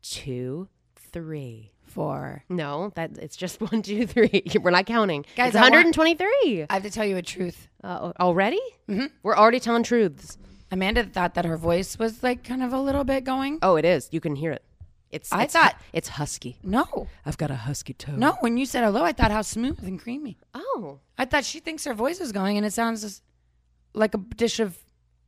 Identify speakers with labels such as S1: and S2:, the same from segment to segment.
S1: two, three.
S2: For
S1: No, that it's just one, two, three. We're not counting.
S2: Guys,
S1: it's
S2: I want-
S1: 123
S2: I have to tell you a truth.
S1: uh, already.
S2: Mm-hmm.
S1: We're already telling truths.
S2: Amanda thought that her voice was like kind of a little bit going.
S1: Oh, it is. You can hear it. It's.
S2: I
S1: it's,
S2: thought-
S1: it's husky.
S2: No.
S1: I've got a husky tone.
S2: No, when you said hello, I thought how smooth and creamy.
S1: Oh,
S2: I thought she thinks her voice is going and it sounds just like a dish of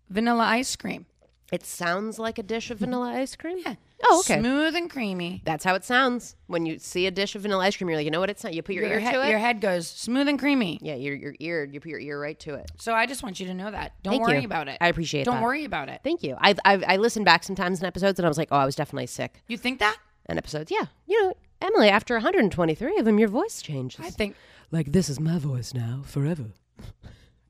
S2: vanilla ice cream.
S1: it sounds like a dish of vanilla ice cream.
S2: Mm-hmm. Yeah.
S1: Oh, okay.
S2: Smooth and creamy.
S1: That's how it sounds when you see a dish of vanilla ice cream. You're like, you know what? It's not. You put your, ear
S2: he-
S1: to it.
S2: your head goes smooth and creamy.
S1: yeah, your your ear. You put your ear right to it.
S2: So I just want you to know that. Don't
S1: Thank
S2: worry
S1: you.
S2: about it.
S1: I appreciate
S2: Don't
S1: that.
S2: worry about it.
S1: Thank you. I've, I've I listened back sometimes in episodes, and I was like, oh, I was definitely sick.
S2: You think that?
S1: And episodes, yeah, you know, Emily, after 123 of them, your voice changes.
S2: I think.
S1: like this is my voice now, forever.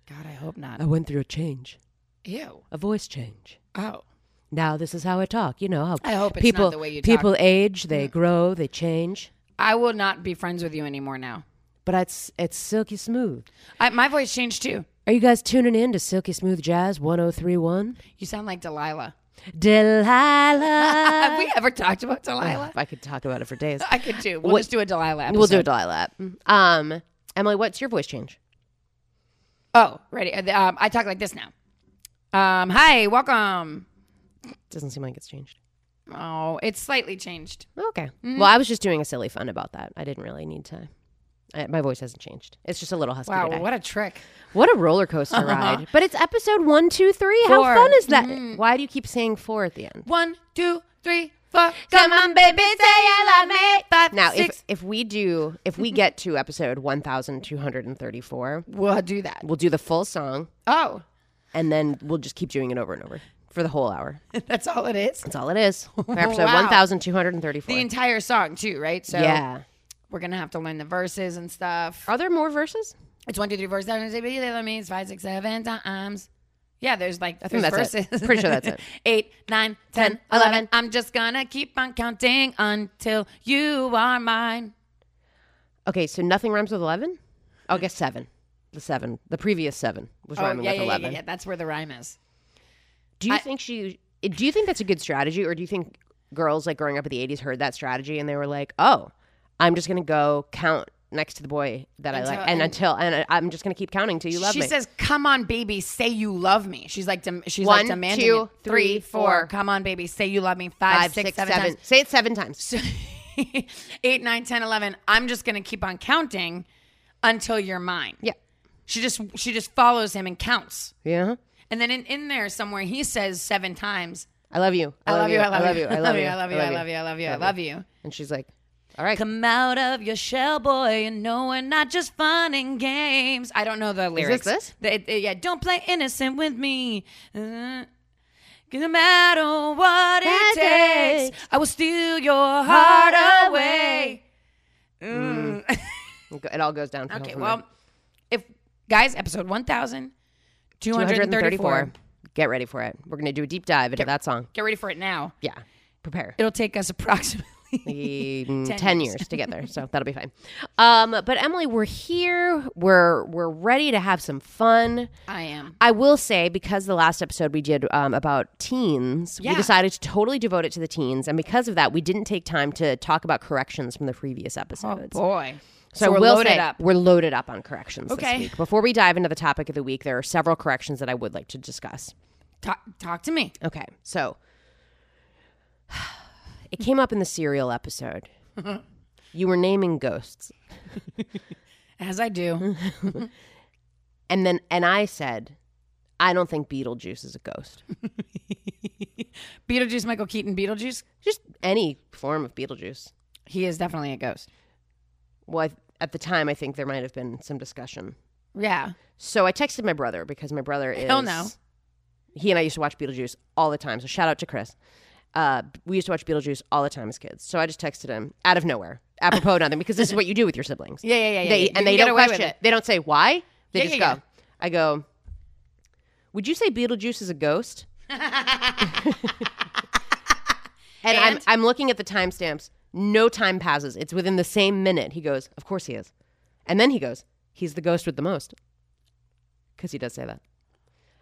S2: God, I hope not.
S1: I went through a change,
S2: Ew.
S1: a voice change.
S2: Oh.
S1: Now this is how I talk. You know how
S2: I hope it's not
S1: people
S2: the way you talk. Mm.
S1: people age, they grow, they change,
S2: I will not be friends with you anymore now.
S1: but it's it's silky smooth.
S2: I, my voice changed too.
S1: Are you guys tuning in to Silky Smooth Jazz 1031?
S2: You sound like Delilah.
S1: Delilah.
S2: Have we ever talked about
S1: Oh,
S2: Delilah?
S1: if I could talk about it for days.
S2: I could too. We'll
S1: What-
S2: just do a Delilah episode.
S1: We'll do a Delilah. Um, Emily, what's your voice change?
S2: Oh, ready. Uh, the- Um, I talk like this now. Um, hi, welcome.
S1: Doesn't seem like it's changed.
S2: Oh, it's slightly changed.
S1: Okay.
S2: Mm-hmm.
S1: Well, I was just doing a silly fun about that. I didn't really need to. I, my voice hasn't changed. It's just a little husky
S2: Wow,
S1: today.
S2: what a trick.
S1: What a roller coaster ride! But it's episode one, two, three. How
S2: Four. Mm-hmm.
S1: fun is that? Why do you keep saying four at the end?
S2: One, two, three, four.
S1: Come on, baby, say you love me.
S2: Five,
S1: Now,
S2: six.
S1: if if we do, if we get to episode one thousand two hundred and thirty-four,
S2: We'll do that.
S1: we'll do the full song,
S2: Oh,
S1: and then we'll just keep doing it over and over for the whole hour.
S2: that's all it is.
S1: That's all it is. For episode
S2: Wow.
S1: one thousand two hundred and thirty-four.
S2: The entire song too, right? So
S1: yeah.
S2: we're gonna have to learn the verses and stuff.
S1: Are there more verses?
S2: It's one, two, three, four, seven, eight, eight, let me, it's five, six, seven times. Yeah, there's like I
S1: think that's it. Pretty sure that's it.
S2: Eight, nine, ten,
S1: 10, 11.
S2: eleven. I'm just gonna keep on counting until you are mine.
S1: Okay, so nothing rhymes with eleven. I guess seven. The seven, the previous seven was
S2: Oh, yeah,
S1: rhyming
S2: yeah,
S1: with
S2: yeah,
S1: eleven.
S2: yeah, yeah. That's where the rhyme is.
S1: Do you think she? Do you think that's a good strategy, or do you think girls like growing up in the '80s heard that strategy and they were like, "Oh, I'm just gonna go count next to the boy that I like, and, until and I, I'm just gonna keep counting till you love
S2: she
S1: me."
S2: says, "Come on, baby, say you love me." She's like, dem- she's
S1: One,
S2: like demanding
S1: two,
S2: it.
S1: three,
S2: Three,
S1: four.
S2: four. Come on, baby, say you love me. Five, six, seven times.
S1: Say it seven times.
S2: So- eight, nine, ten, eleven. I'm just gonna keep on counting until you're mine.
S1: Yeah.
S2: She just she just follows him and counts.
S1: Yeah.
S2: And then in, in there somewhere he says seven times,
S1: I love you.
S2: I love you, I love you,
S1: I love you.
S2: I love you, I love you, I love you, I love you.
S1: And she's like, "All right."
S2: Come out of your shell, boy, and know we're not just fun and games. I don't know the lyrics.
S1: this?
S2: The- it- it- yeah, don't play innocent with me. Uh, 'cause no matter what it
S1: That
S2: takes, I will steal your heart away.
S1: It all goes down.
S2: Okay, well, if guys, episode 1,234,
S1: 234. Get ready for it. We're gonna do a deep dive into that song.
S2: get ready for it now.
S1: Yeah. Prepare.
S2: It'll take us approximately.
S1: Mm, 10,
S2: 10
S1: years. to get there so that'll be fine um but emily we're here we're we're ready to have some fun
S2: I am.
S1: i will say because the last episode we did um, about teens we
S2: Yeah.
S1: decided to totally devote it to the teens and because of that we didn't take time to talk about corrections from the previous episodes
S2: Oh, Boy.
S1: so, I
S2: we're
S1: will
S2: loaded
S1: say
S2: up.
S1: we're loaded up on corrections this
S2: Okay.
S1: week before we dive into the topic of the week there are several corrections that i would like to discuss
S2: Talk, talk to me.
S1: Okay, so it came up in the serial episode. you were naming ghosts,
S2: As I do.
S1: and then and I said, I don't think Beetlejuice is a ghost.
S2: Beetlejuice, Michael Keaton, Beetlejuice.
S1: Just any form of Beetlejuice.
S2: He is definitely a ghost.
S1: Well, I, at the time, I think there might have been some discussion.
S2: Yeah.
S1: So I texted my brother because my brother is.
S2: Hell no.
S1: He and I used to watch Beetlejuice all the time. So shout out to Chris. uh, we used to watch Beetlejuice all the time as kids. So I just texted him out of nowhere, apropos nothing, because this is what you do with your siblings.
S2: Yeah, yeah, yeah,
S1: They,
S2: yeah, yeah. You
S1: And
S2: can
S1: they
S2: get
S1: don't
S2: away with
S1: question
S2: it.
S1: it. They don't say why. They
S2: Yeah,
S1: just
S2: yeah,
S1: go. I go. Would you say Beetlejuice is a ghost? and, I'm I'm looking at the timestamps. No time passes. It's within the same minute. He goes, "Of course he is," and then he goes, "He's the ghost with the most," because he does say that.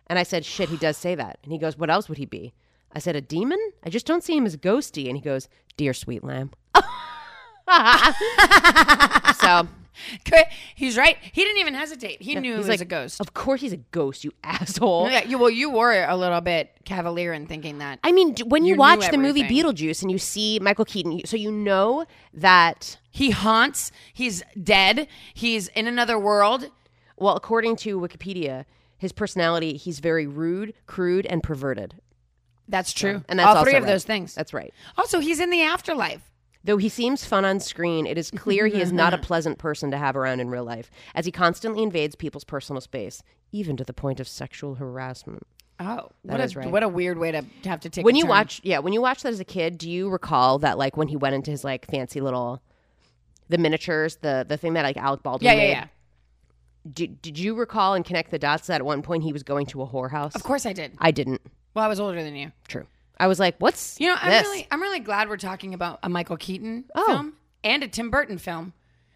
S1: And I said, shit, he does say that. And he goes, what else would he be? I said, a demon? I just don't see him as ghosty. And he goes, dear sweet lamb. so
S2: Cra- He's right. He didn't even hesitate. He knew
S1: he's
S2: he was
S1: like
S2: a ghost.
S1: Of course he's a ghost, you asshole.
S2: Yeah, you, well, you were a little bit cavalier in thinking that.
S1: I mean, d- when you,
S2: knew
S1: watch the movie
S2: everything.
S1: Beetlejuice and you see Michael Keaton, you- so you know that,
S2: He haunts. He's dead. He's in another world.
S1: well, according to Wikipedia, his personality, he's very rude, crude, and perverted.
S2: That's true.
S1: And that's
S2: all three
S1: also
S2: of
S1: right.
S2: those things.
S1: That's right.
S2: Also, he's in the afterlife.
S1: Though he seems fun on screen, it is clear he is not a pleasant person to have around in real life, as he constantly invades people's personal space, even to the point of sexual harassment.
S2: Oh, what
S1: is
S2: a,
S1: right.
S2: What a weird way to have to take.
S1: When
S2: a
S1: you
S2: turn.
S1: watch, yeah, when you watch that as a kid, do you recall that like when he went into his like fancy little the miniatures, the the thing that like Alec
S2: yeah,
S1: Baldwin
S2: yeah,
S1: made?
S2: yeah.
S1: Did, did you recall and connect the dots that at one point he was going to a whorehouse?
S2: Of course, I did.
S1: I didn't.
S2: Well, I was older than you.
S1: True. I was like, what's
S2: You know, I'm
S1: this?
S2: really, I'm really glad we're talking about a Michael Keaton
S1: Oh.
S2: film and a Tim Burton film,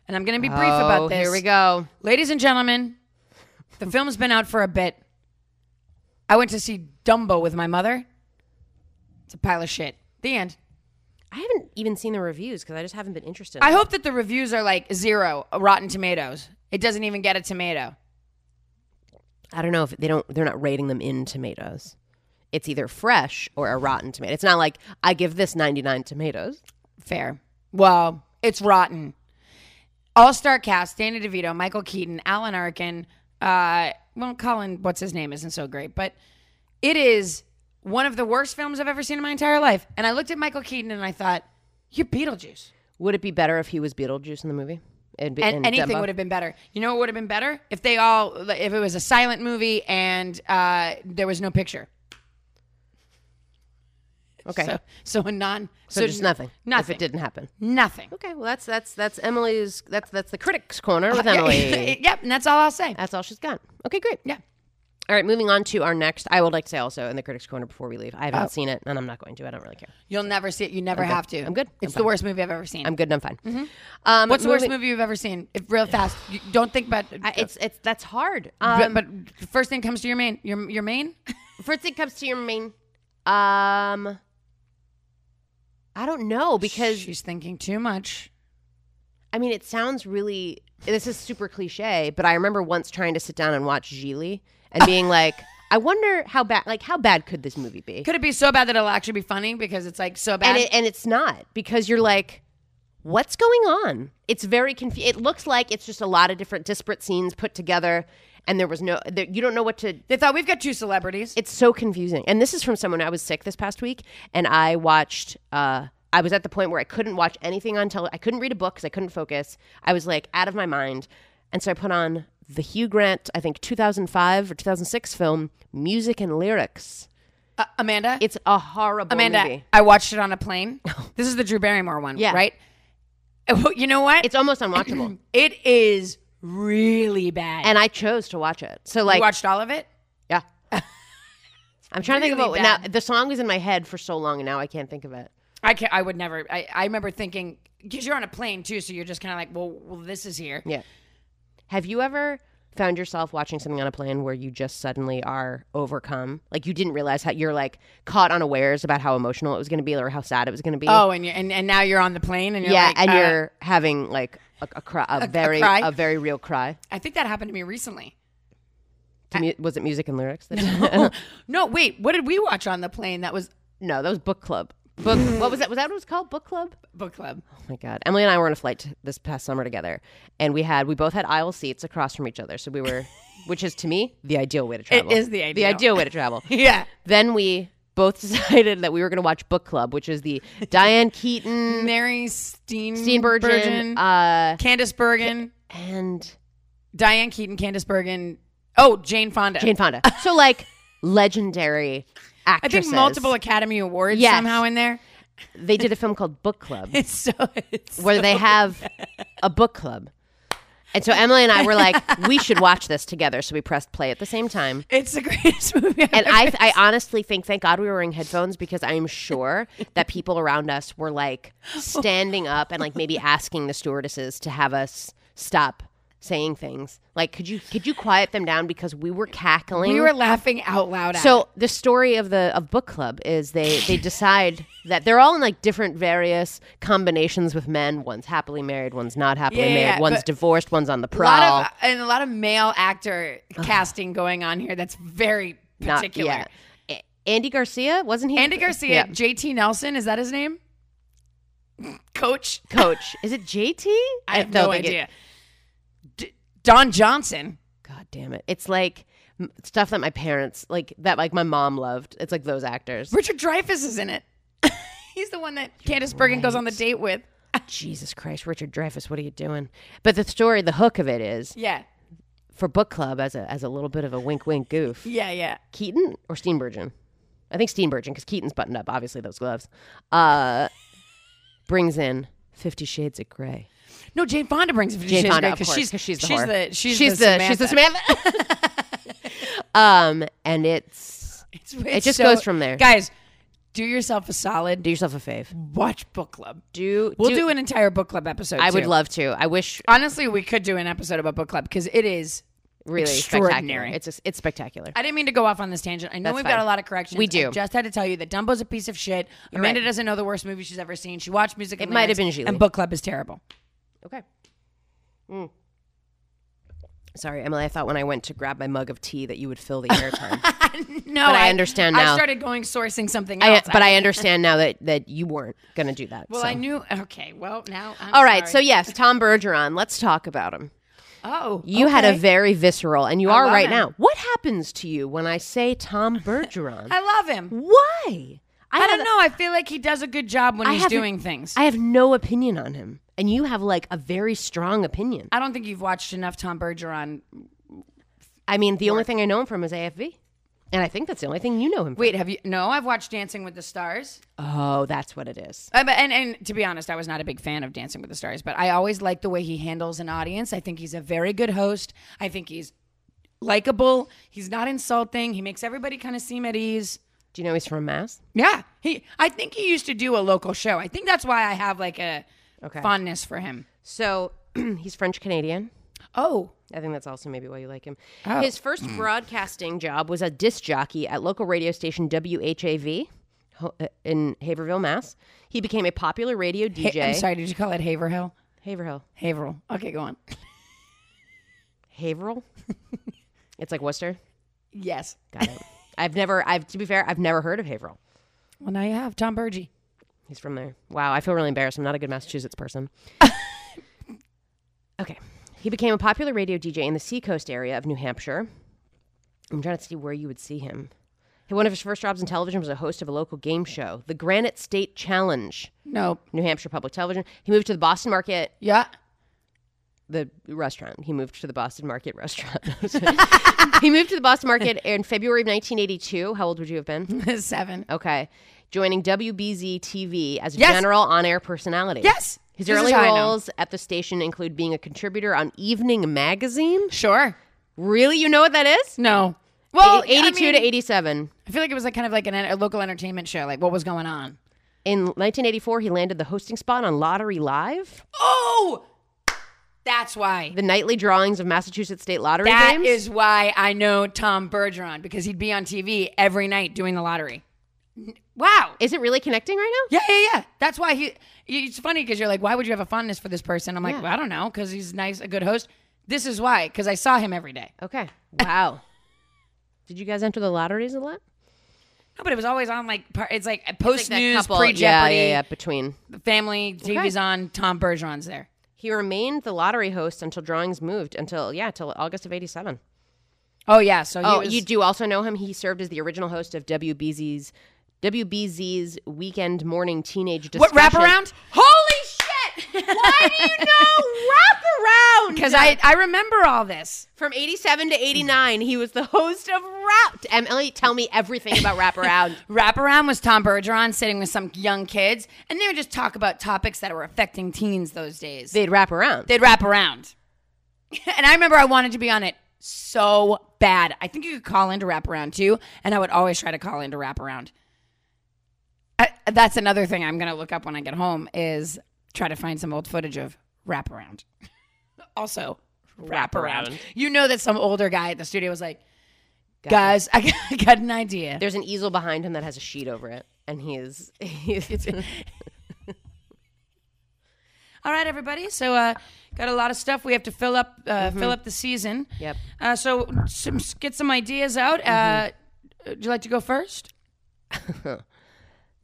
S2: and I'm going to be brief
S1: oh,
S2: about this.
S1: Here we go.
S2: ladies and gentlemen. The film's been out for a bit. I went to see Dumbo with my mother. It's a pile of shit. The end.
S1: I haven't even seen the reviews because I just haven't been interested.
S2: I hope that the reviews are like zero Rotten Tomatoes. It doesn't even get a tomato.
S1: I don't know if they don't they're not rating them in tomatoes. It's either fresh or a rotten tomato. It's not like I give this 99 tomatoes.
S2: Fair. Well, it's rotten. All star cast: Danny DeVito, Michael Keaton, Alan Arkin. Uh, well, Colin, what's his name, isn't so great, but it is one of the worst films I've ever seen in my entire life. And I looked at Michael Keaton and I thought, "You're Beetlejuice."
S1: Would it be better if he was Beetlejuice in the movie? And,
S2: And anything would have been better. You know what would have been better if they all, if it was a silent movie and uh, there was no picture.
S1: okay. So,
S2: So, so a non, so,
S1: just nothing. If
S2: nothing,
S1: it didn't happen.
S2: nothing.
S1: Okay. Well, that's that's that's Emily's. That's that's the critics' corner with Emily.
S2: yep, and that's all I'll say.
S1: that's all she's got. Okay, great.
S2: Yeah.
S1: All right. Moving on to our next. I would like to say also in the critics' corner before we leave. I have
S2: Oh.
S1: not seen it, and I'm not going to. I don't really care.
S2: You'll never see it. You never have to.
S1: I'm good. I'm
S2: It's the worst movie I've ever seen.
S1: I'm good and I'm fine. Um,
S2: Mm-hmm. What's the worst
S1: moving-
S2: movie you've ever seen? If real fast, you don't think about.
S1: I- It's it's that's hard. Um,
S2: but, but first thing comes to your main. Your your main.
S1: First thing comes to your main. Um, I don't know because
S2: she's thinking too much.
S1: I mean it sounds really. This is super cliche, but I remember once trying to sit down and watch Gigli and being like, I wonder how bad, like how bad could this movie be?
S2: Could it be so bad that it'll actually be funny because it's like so bad?
S1: and it, and it's not because you're like what's going on it's very confusing it looks like it's just a lot of different disparate scenes put together and there was no there, you don't know what to
S2: they thought we've got two celebrities.
S1: it's so confusing and this is from someone i was sick this past week and i watched uh i was at the point where i couldn't watch anything on television i couldn't read a book because i couldn't focus i was like out of my mind and so i put on the hugh grant i think 2005 or 2006 film music and lyrics
S2: Uh, Amanda.
S1: it's a horrible
S2: Amanda.
S1: movie Oh.
S2: I watched it on a plane. this is the Drew Barrymore one.
S1: Yeah.
S2: Right. You know what?
S1: it's almost unwatchable
S2: it is really bad.
S1: and i chose to watch it so like
S2: you watched all of it.
S1: Yeah. I'm trying to think
S2: Really
S1: about now. The song was in my head for so long, and now I can't think of it.
S2: I can I would never. I, I remember thinking because you're on a plane too, so you're just kind of like, well, well, this is here.
S1: Yeah. Have you ever found yourself watching something on a plane where you just suddenly are overcome? Like you didn't realize how you're like caught unawares about how emotional it was going to be or how sad it was going to be.
S2: Oh, and you and, and now you're on the plane and you're
S1: yeah,
S2: like,
S1: and
S2: uh,
S1: you're having like a, a, cry, a, very
S2: cry?
S1: a very real cry.
S2: I think that happened to me recently. Oh,
S1: To mu- was it music and lyrics? That
S2: No, wait, what did we watch on the plane? That was
S1: no, that was book club. Book. what was that? Was that what it was called? Book club.
S2: book club.
S1: Oh my god. Emily and I were on a flight t- this past summer together and we had we both had aisle seats across from each other. So we were which is to me the ideal way to travel.
S2: is the
S1: The
S2: ideal.
S1: ideal way to travel.
S2: Yeah,
S1: then we both decided that we were going to watch Book Club, which is the Diane Keaton,
S2: Mary Steen
S1: Steenburgen, uh
S2: Candace Bergen,
S1: and
S2: Diane Keaton, Candace Bergen. Oh, Jane Fonda.
S1: Jane Fonda. So like legendary
S2: I
S1: actresses.
S2: think multiple Academy Awards
S1: Yes.
S2: somehow in there.
S1: They did a film called Book Club
S2: It's so it's
S1: where they have a book club. And so Emily and I were like, we should watch this together. So we pressed play at the same time.
S2: it's the greatest movie. I've
S1: And
S2: ever-
S1: I, I honestly think, thank God we were wearing headphones because I am sure that people around us were like standing up and like maybe asking the stewardesses to have us stop saying things. Like, could you could you quiet them down because we were cackling?
S2: we were laughing out loud. At it.
S1: So the story of the of book club is they they decide that they're all in like different various combinations with men. One's happily married, one's not happily
S2: Yeah, yeah,
S1: married,
S2: yeah,
S1: one's
S2: but-
S1: divorced, one's on the
S2: a
S1: prowl.
S2: lot of uh, and a lot of male actor casting going on here. That's very
S1: Not-
S2: particular.
S1: yeah. A- Andy Garcia wasn't he?
S2: Andy Garcia,
S1: Yeah.
S2: JT Nelson, is that his name? Coach,
S1: Coach. Is it JT?
S2: I have
S1: don't
S2: no
S1: think it-
S2: idea. D- Don Johnson.
S1: God damn it! It's like m- stuff that my parents like that like my mom loved. It's like those actors.
S2: Richard Dreyfuss is in it. He's the one that Candace Bergen goes on the date with.
S1: Jesus Christ, Richard Dreyfuss, what are you doing? But the story, the hook of it is
S2: Yeah.
S1: for book club as a as a little bit of a wink wink goof.
S2: Yeah, yeah.
S1: Keaton or Steenburgen? I think Steenburgen because Keaton's buttoned up, obviously those gloves. Uh, brings in Fifty Shades of Grey.
S2: No, Jane Fonda brings it
S1: Jane
S2: she's
S1: Fonda,
S2: great
S1: of course,
S2: she's,
S1: 'cause she's the
S2: she's
S1: whore.
S2: the she's,
S1: she's
S2: the,
S1: she's the
S2: Samantha.
S1: Samantha. um, and it's
S2: It's,
S1: it
S2: it's
S1: just
S2: so-
S1: goes from there.
S2: Guys, do yourself a solid.
S1: do yourself a fave.
S2: Watch book club.
S1: Do
S2: We'll do, an entire book club episode.
S1: I would
S2: too.
S1: love to. I wish
S2: Honestly, we could do an episode about book club because it is.
S1: really spectacular.
S2: Extraordinary.
S1: It's just, it's spectacular.
S2: I didn't mean to go off on this tangent. I know
S1: That's
S2: we've
S1: fine.
S2: got a lot of corrections.
S1: We
S2: I
S1: do.
S2: just had to tell you that Dumbo's a piece of shit. Amanda doesn't know the worst movie she's ever seen. She watched music.
S1: It might have been Gigli.
S2: And book club is terrible.
S1: Okay. Mm. Sorry, Emily. I thought when I went to grab my mug of tea that you would fill the airtime.
S2: No,
S1: But I understand now.
S2: I started going sourcing something
S1: I,
S2: else.
S1: but I understand now that that you weren't going to do that.
S2: well,
S1: so.
S2: I knew. Okay, well now. I'm
S1: All right, so
S2: sorry.
S1: yes, Tom Bergeron. Let's talk about him.
S2: oh,
S1: You had a
S2: okay.
S1: very visceral, and you are
S2: love
S1: right
S2: him.
S1: now. What happens to you when I say Tom Bergeron?
S2: I love him.
S1: Why?
S2: I,
S1: have-
S2: don't know. I feel like he does a good job when
S1: I
S2: he's
S1: haven't-
S2: doing things.
S1: I have no opinion on him, and you have like a very strong opinion.
S2: I don't think you've watched enough Tom Bergeron.
S1: I mean, the only thing I know him from is AFV, and I think that's the only thing you know him. from.
S2: Wait, have you? No, I've watched Dancing with the Stars.
S1: Oh, that's what it is.
S2: Uh, but, and and to be honest, I was not a big fan of Dancing with the Stars, but I always like the way he handles an audience. I think he's a very good host. I think he's likable. He's not insulting. He makes everybody kind of seem at ease.
S1: Do you know he's from Mass?
S2: Yeah, he. I think he used to do a local show. I think that's why I have like a
S1: Okay.
S2: fondness for him.
S1: So he's French Canadian.
S2: Oh,
S1: I think that's also maybe why you like him.
S2: Oh.
S1: His first broadcasting job was a disc jockey at local radio station WHAV ho- uh, in Haverhill, Mass. He became a popular radio
S2: Ha-
S1: DJ.
S2: I'm sorry. Did you call it Haverhill?
S1: Haverhill.
S2: Haverhill. Okay, go on.
S1: Haverhill? it's like Worcester.
S2: Yes.
S1: Got it. I've never, I've to be fair, I've never heard of Haverhill.
S2: Well, now you have Tom Burgee.
S1: He's from there. Wow, I feel really embarrassed. I'm not a good Massachusetts person. okay. He became a popular radio DJ in the seacoast area of New Hampshire. I'm trying to see where you would see him. He- One of his first jobs in television was a host of a local game show, the Granite State Challenge,
S2: No.
S1: New Hampshire Public Television. He moved to the Boston Market,
S2: Yeah.
S1: the restaurant. He moved to the Boston Market restaurant. he moved to the Boston Market in February of 1982. How old would you have been?
S2: Mm-hmm. Seven.
S1: Okay. Joining WBZ TV as a
S2: Yes.
S1: general on air personality.
S2: Yes.
S1: His
S2: This is
S1: early
S2: how I know.
S1: roles at the station include being a contributor on Evening Magazine.
S2: Sure.
S1: Really? You know what that is?
S2: No. Well,
S1: A- 82
S2: I mean,
S1: to 87.
S2: I feel like it was like kind of like an, en- a local entertainment show. Like what was going on?
S1: In 1984, he landed the hosting spot on Lottery Live,
S2: Oh, that's why.
S1: the nightly drawings of Massachusetts State Lottery
S2: That
S1: games.
S2: is why I know Tom Bergeron because he'd be on TV every night doing the lottery. N- Wow.
S1: is it really connecting right now?
S2: Yeah, yeah, yeah. That's why he. It's funny because you're like, why would you have a fondness for this person? I'm like, well, I don't know, because he's nice, a good host. This is why, because I saw him every day.
S1: Okay. Wow. Did you guys enter the lotteries a lot?
S2: No, but it was always on like par- it's like uh, post news, pre
S1: yeah, yeah,
S2: Jeopardy,
S1: yeah, between.
S2: family TV's on. Tom Bergeron's there.
S1: He remained the lottery host until drawings moved until, yeah, till August of 87.
S2: Oh yeah, so he
S1: Oh,
S2: was,
S1: you do also know him. He served as the original host of WBZ's WBZ's Weekend Morning Teenage
S2: what
S1: Discussion.
S2: wraparound? Holy shit!
S1: Why do you know Wraparound?
S2: Because I, I remember all this.
S1: Oh, From 87 to 89, he was the host of Wrapped. Emily, tell me everything about Wraparound.
S2: Wraparound was Tom Bergeron sitting with some young kids, and they would just talk about topics that were affecting teens those days.
S1: They'd wrap around.
S2: They'd wrap around. And I remember I wanted to be on it so bad. I think you could call in to wrap around too, and I would always try to call in to wrap around. I, that's another thing I'm going to look up when I get home is try to find some old footage of wrap around. also, wrap around.
S1: Wraparound.
S2: You know that some older guy at the studio was like,
S1: Got
S2: "Guys, I got, I got an idea."
S1: There's an easel behind him that has a sheet over it, and he is. He is
S2: All right, everybody. So, uh, got a lot of stuff we have to fill up, uh, fill up the season.
S1: Yep.
S2: Uh, so, some, get some ideas out.
S1: Mm-hmm.
S2: Uh, would you like to go first?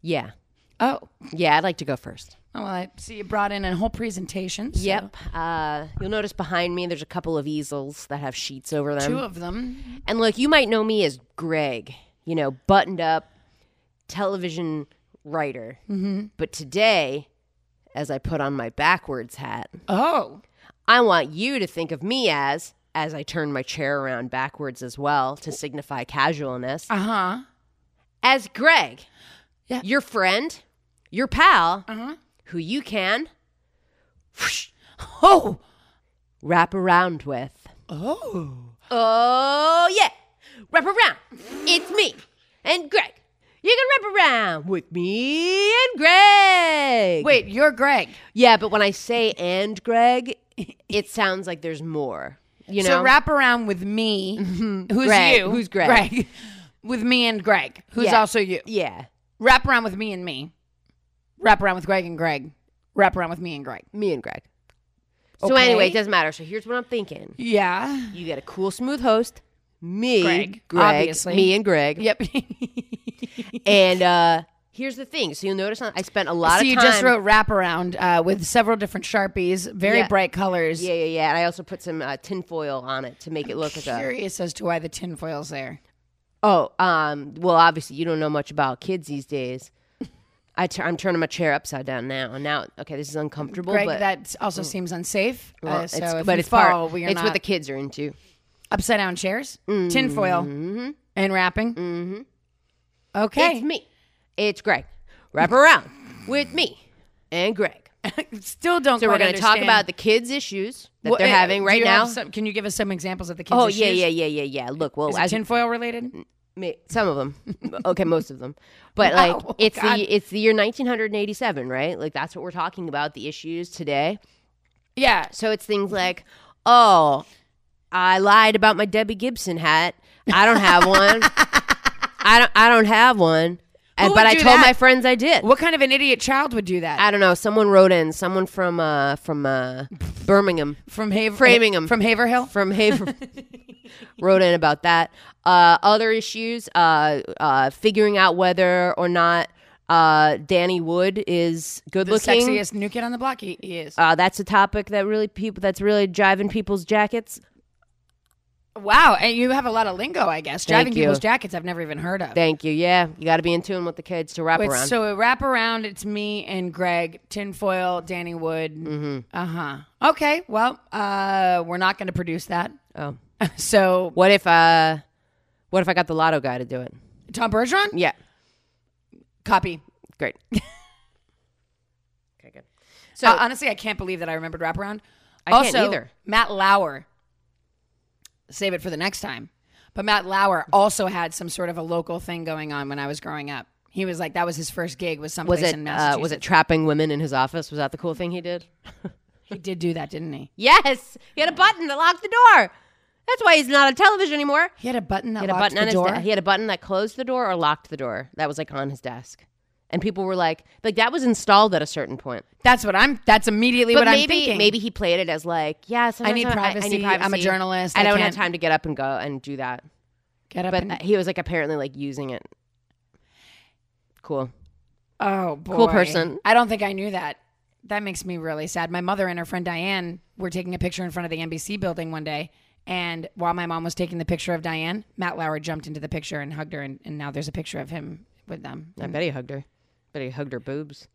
S1: yeah.
S2: Oh,
S1: Yeah, I'd like to go first.
S2: oh well, I see you brought in a whole presentation. so
S1: Yep. Uh, you'll notice behind me there's a couple of easels that have sheets over them.
S2: Two of them.
S1: And look, you might know me as Greg, you know, buttoned up television writer. Mm-hmm. But today, as I put on my backwards hat,
S2: Oh,
S1: I want you to think of me as, as I turn my chair around backwards as well to signify casualness,
S2: uh huh.
S1: as Greg,
S2: Yeah.
S1: your friend, your pal,
S2: Uh-huh.
S1: who you can
S2: Oh,
S1: wrap around with.
S2: oh.
S1: Oh yeah, wrap around. It's me and Greg. You can wrap around with me and Greg.
S2: Wait, you're Greg.
S1: yeah, but when I say and Greg, it sounds like there's more. You know, Mm-hmm.
S2: so wrap around with me. Who's
S1: Greg.
S2: you?
S1: Who's Greg?
S2: Greg. With me and Greg, who's
S1: Yeah.
S2: also you.
S1: yeah,
S2: Wrap around with me and me. Wrap around with Greg and Greg. Wrap around with me and Greg.
S1: me and Greg. So
S2: Okay.
S1: anyway, it doesn't matter. So here's what I'm thinking:
S2: Yeah.
S1: you get a cool, smooth host, me,
S2: Greg, obviously.
S1: me and Greg.
S2: Yep.
S1: And uh, here's the thing: so you'll notice I I spent a lot
S2: so
S1: of
S2: you
S1: time.
S2: just wrote wraparound uh, with several different sharpies, very
S1: Yeah.
S2: bright colors.
S1: yeah, yeah, yeah. And I also put some uh, tinfoil on it to make it look like a
S2: Curious as to why the tinfoil's there.
S1: Oh, um, well, obviously you don't know much about kids these days. I tur- I'm turning my chair upside down now, and now okay, this is uncomfortable,
S2: Greg,
S1: but Mm.
S2: that also seems unsafe.
S1: well,
S2: uh, so
S1: it's,
S2: if
S1: but
S2: you
S1: it's part-
S2: fall, we are
S1: it's
S2: not
S1: what the Mm-hmm. kids are into.
S2: upside down chairs, tinfoil, and wrapping. Mm-hmm. Okay.
S1: It's me, it's Greg. Wrap around with me and Greg.
S2: Still don't.
S1: So we're
S2: going to
S1: talk about the kids' issues that they're having right now.
S2: can eh, you give us some examples of the kids?
S1: oh
S2: issues?
S1: yeah, yeah, yeah, yeah, yeah. Look, well,
S2: Is it
S1: as Mm.
S2: tinfoil related?
S1: me, some of them, okay, most of them, but
S2: Wow,
S1: like it's
S2: God.
S1: the it's the year 1987, right? Like that's what we're talking about. The issues today.
S2: Yeah.
S1: So it's things
S2: Mm-hmm.
S1: like, oh, I lied about my Debbie Gibson hat. I don't have one. I don't. I don't have one. And-
S2: would
S1: but I
S2: do
S1: told
S2: that?
S1: my friends I did.
S2: What kind of an idiot child would do that?
S1: I don't know. Someone wrote in. Someone from uh from uh Birmingham
S2: from Haver eh,
S1: Framing 'em.
S2: from Haverhill.
S1: from Haver wrote in about that. Uh, other issues. Uh, uh, figuring out whether or not uh Danny Wood is good
S2: The
S1: looking.
S2: sexiest new kid on the block. He, he is.
S1: Uh, that's a topic that really people that's really driving people's jackets.
S2: wow, and you have a lot of lingo, I guess.
S1: Thank
S2: Driving
S1: you.
S2: people's jackets, I've never even heard of.
S1: Thank you. Yeah, you got to be in tune with the kids to wrap
S2: Wait,
S1: around.
S2: so a wrap around. It's me and Greg Tinfoil, Danny Wood.
S1: Mm-hmm.
S2: Uh huh. Okay. Well, uh, we're not going to produce that.
S1: oh,
S2: So
S1: what if uh, what if I got the lotto guy to do it?
S2: Tom Bergeron,
S1: Yeah,
S2: copy.
S1: great. okay, good. So
S2: So honestly, I can't believe that I remembered wraparound. I
S1: can't
S2: also,
S1: either.
S2: Matt Lauer, save it for the next time. But Matt Lauer also had some sort of a local thing going on when I was growing up. He was like that was his first gig was someplace
S1: was it
S2: in
S1: uh,
S2: Massachusetts.
S1: was it trapping women in his office? Was that the cool thing he did?
S2: He did do that, didn't he?
S1: Yes, he had a button that locked the door. That's why he's not on television anymore.
S2: He had a button that
S1: He had a
S2: locked
S1: button
S2: the
S1: on his
S2: door.
S1: de- he had a button that closed the door or locked the door. That was like on his desk, and people were like, like that was installed at a certain point.
S2: That's what I'm. That's immediately
S1: but
S2: what I'm
S1: maybe
S2: thinking.
S1: maybe he played it as like, yeah, sometimes
S2: need privacy.
S1: need
S2: I'm a journalist.
S1: I
S2: I
S1: don't have
S2: can't-
S1: time to get up and go and do that.
S2: get up.
S1: But
S2: and,
S1: uh, he was like apparently like using it. Cool.
S2: oh boy,
S1: cool person.
S2: I don't think I knew that. That makes me really sad. My mother and her friend Diane were taking a picture in front of the NBC building one day. And while my mom was taking the picture of Diane, Matt Lauer jumped into the picture and hugged her. And, and now there's a picture of him with them.
S1: I bet he hugged her. Bet he hugged her boobs.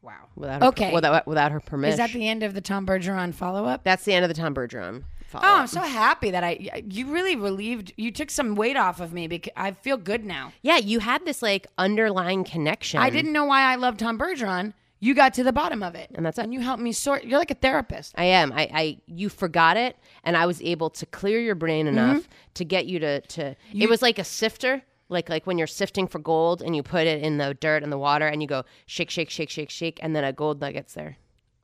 S2: Wow.
S1: without her,
S2: Okay.
S1: without without her permission.
S2: Is that the end of the Tom Bergeron follow up?
S1: That's the end of the Tom Bergeron.
S2: Oh, I'm so happy that I you really relieved you took some weight off of me because I feel good now.
S1: yeah, you had this like underlying connection.
S2: I didn't know why I loved Tom Bergeron. You got to the bottom of it.
S1: And that's it.
S2: And you helped me sort you're like a therapist.
S1: I am. I, I you forgot it, and I was able to clear your brain
S2: Mm-hmm.
S1: enough to get you to to. it was like a sifter, like like when you're sifting for gold, and you put it in the dirt and the water, and you go shake, shake, shake, shake, shake, and then a gold nugget's there.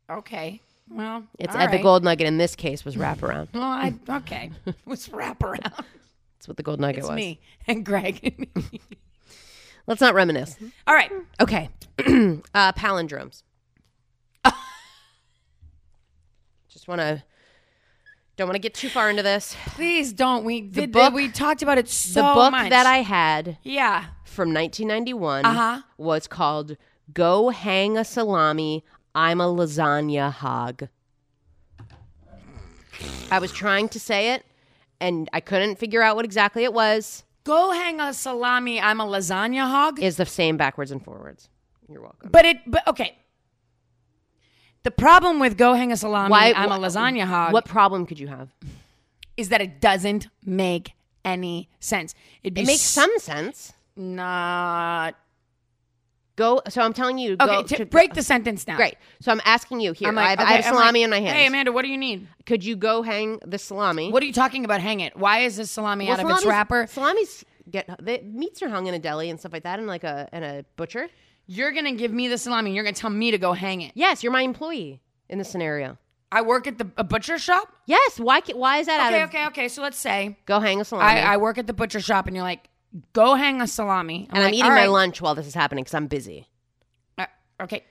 S2: Okay. Well
S1: It's
S2: all
S1: uh, the
S2: right.
S1: gold nugget in this case was wraparound.
S2: Well, I okay. Let's wrap around.
S1: That's what the gold nugget
S2: It's
S1: was.
S2: me and Greg.
S1: Let's not reminisce.
S2: all right.
S1: Okay, uh, palindromes. Just want to. Don't want to get too far into this.
S2: Please don't. We did
S1: book-
S2: we talked about it so
S1: The book
S2: much.
S1: that I had
S2: Yeah.
S1: from 1991
S2: Uh-huh.
S1: was called Go Hang a Salami, I'm a Lasagna Hog. I was trying to say it and I couldn't figure out what exactly it was.
S2: Go hang a salami. I'm a lasagna hog.
S1: Is the same backwards and forwards. You're welcome.
S2: But it, but okay. The problem with go hang a salami, I'm a
S1: wh-
S2: lasagna hog,
S1: What problem could you have?
S2: is that it doesn't make any sense. It'd be
S1: It makes some sense.
S2: Not
S1: Go. So I'm telling you.
S2: okay.
S1: go
S2: t-
S1: to-
S2: break the sentence down.
S1: Great. So I'm asking you here.
S2: I'm like,
S1: I, have, I
S2: okay,
S1: have
S2: I'm
S1: salami
S2: like,
S1: in my hand.
S2: Hey Amanda, what do you need?
S1: could you go hang the salami?
S2: What are you talking about? Hang it. Why is this salami out of its
S1: salami's-
S2: wrapper?
S1: Salamis get the meats are hung in a deli and stuff like that, and like a and a butcher.
S2: You're gonna give me the salami. and You're gonna tell me to go hang it.
S1: Yes, you're my employee in this scenario.
S2: I work at the a butcher shop.
S1: Yes, why? ca- Why is that
S2: Okay,
S1: out of
S2: okay, okay. So let's say
S1: go hang a salami?
S2: I, I work at the butcher shop, and you're like, go hang a salami,
S1: and I'm
S2: like,
S1: eating
S2: all
S1: my
S2: right.
S1: lunch while this is happening because I'm busy.
S2: Uh, okay.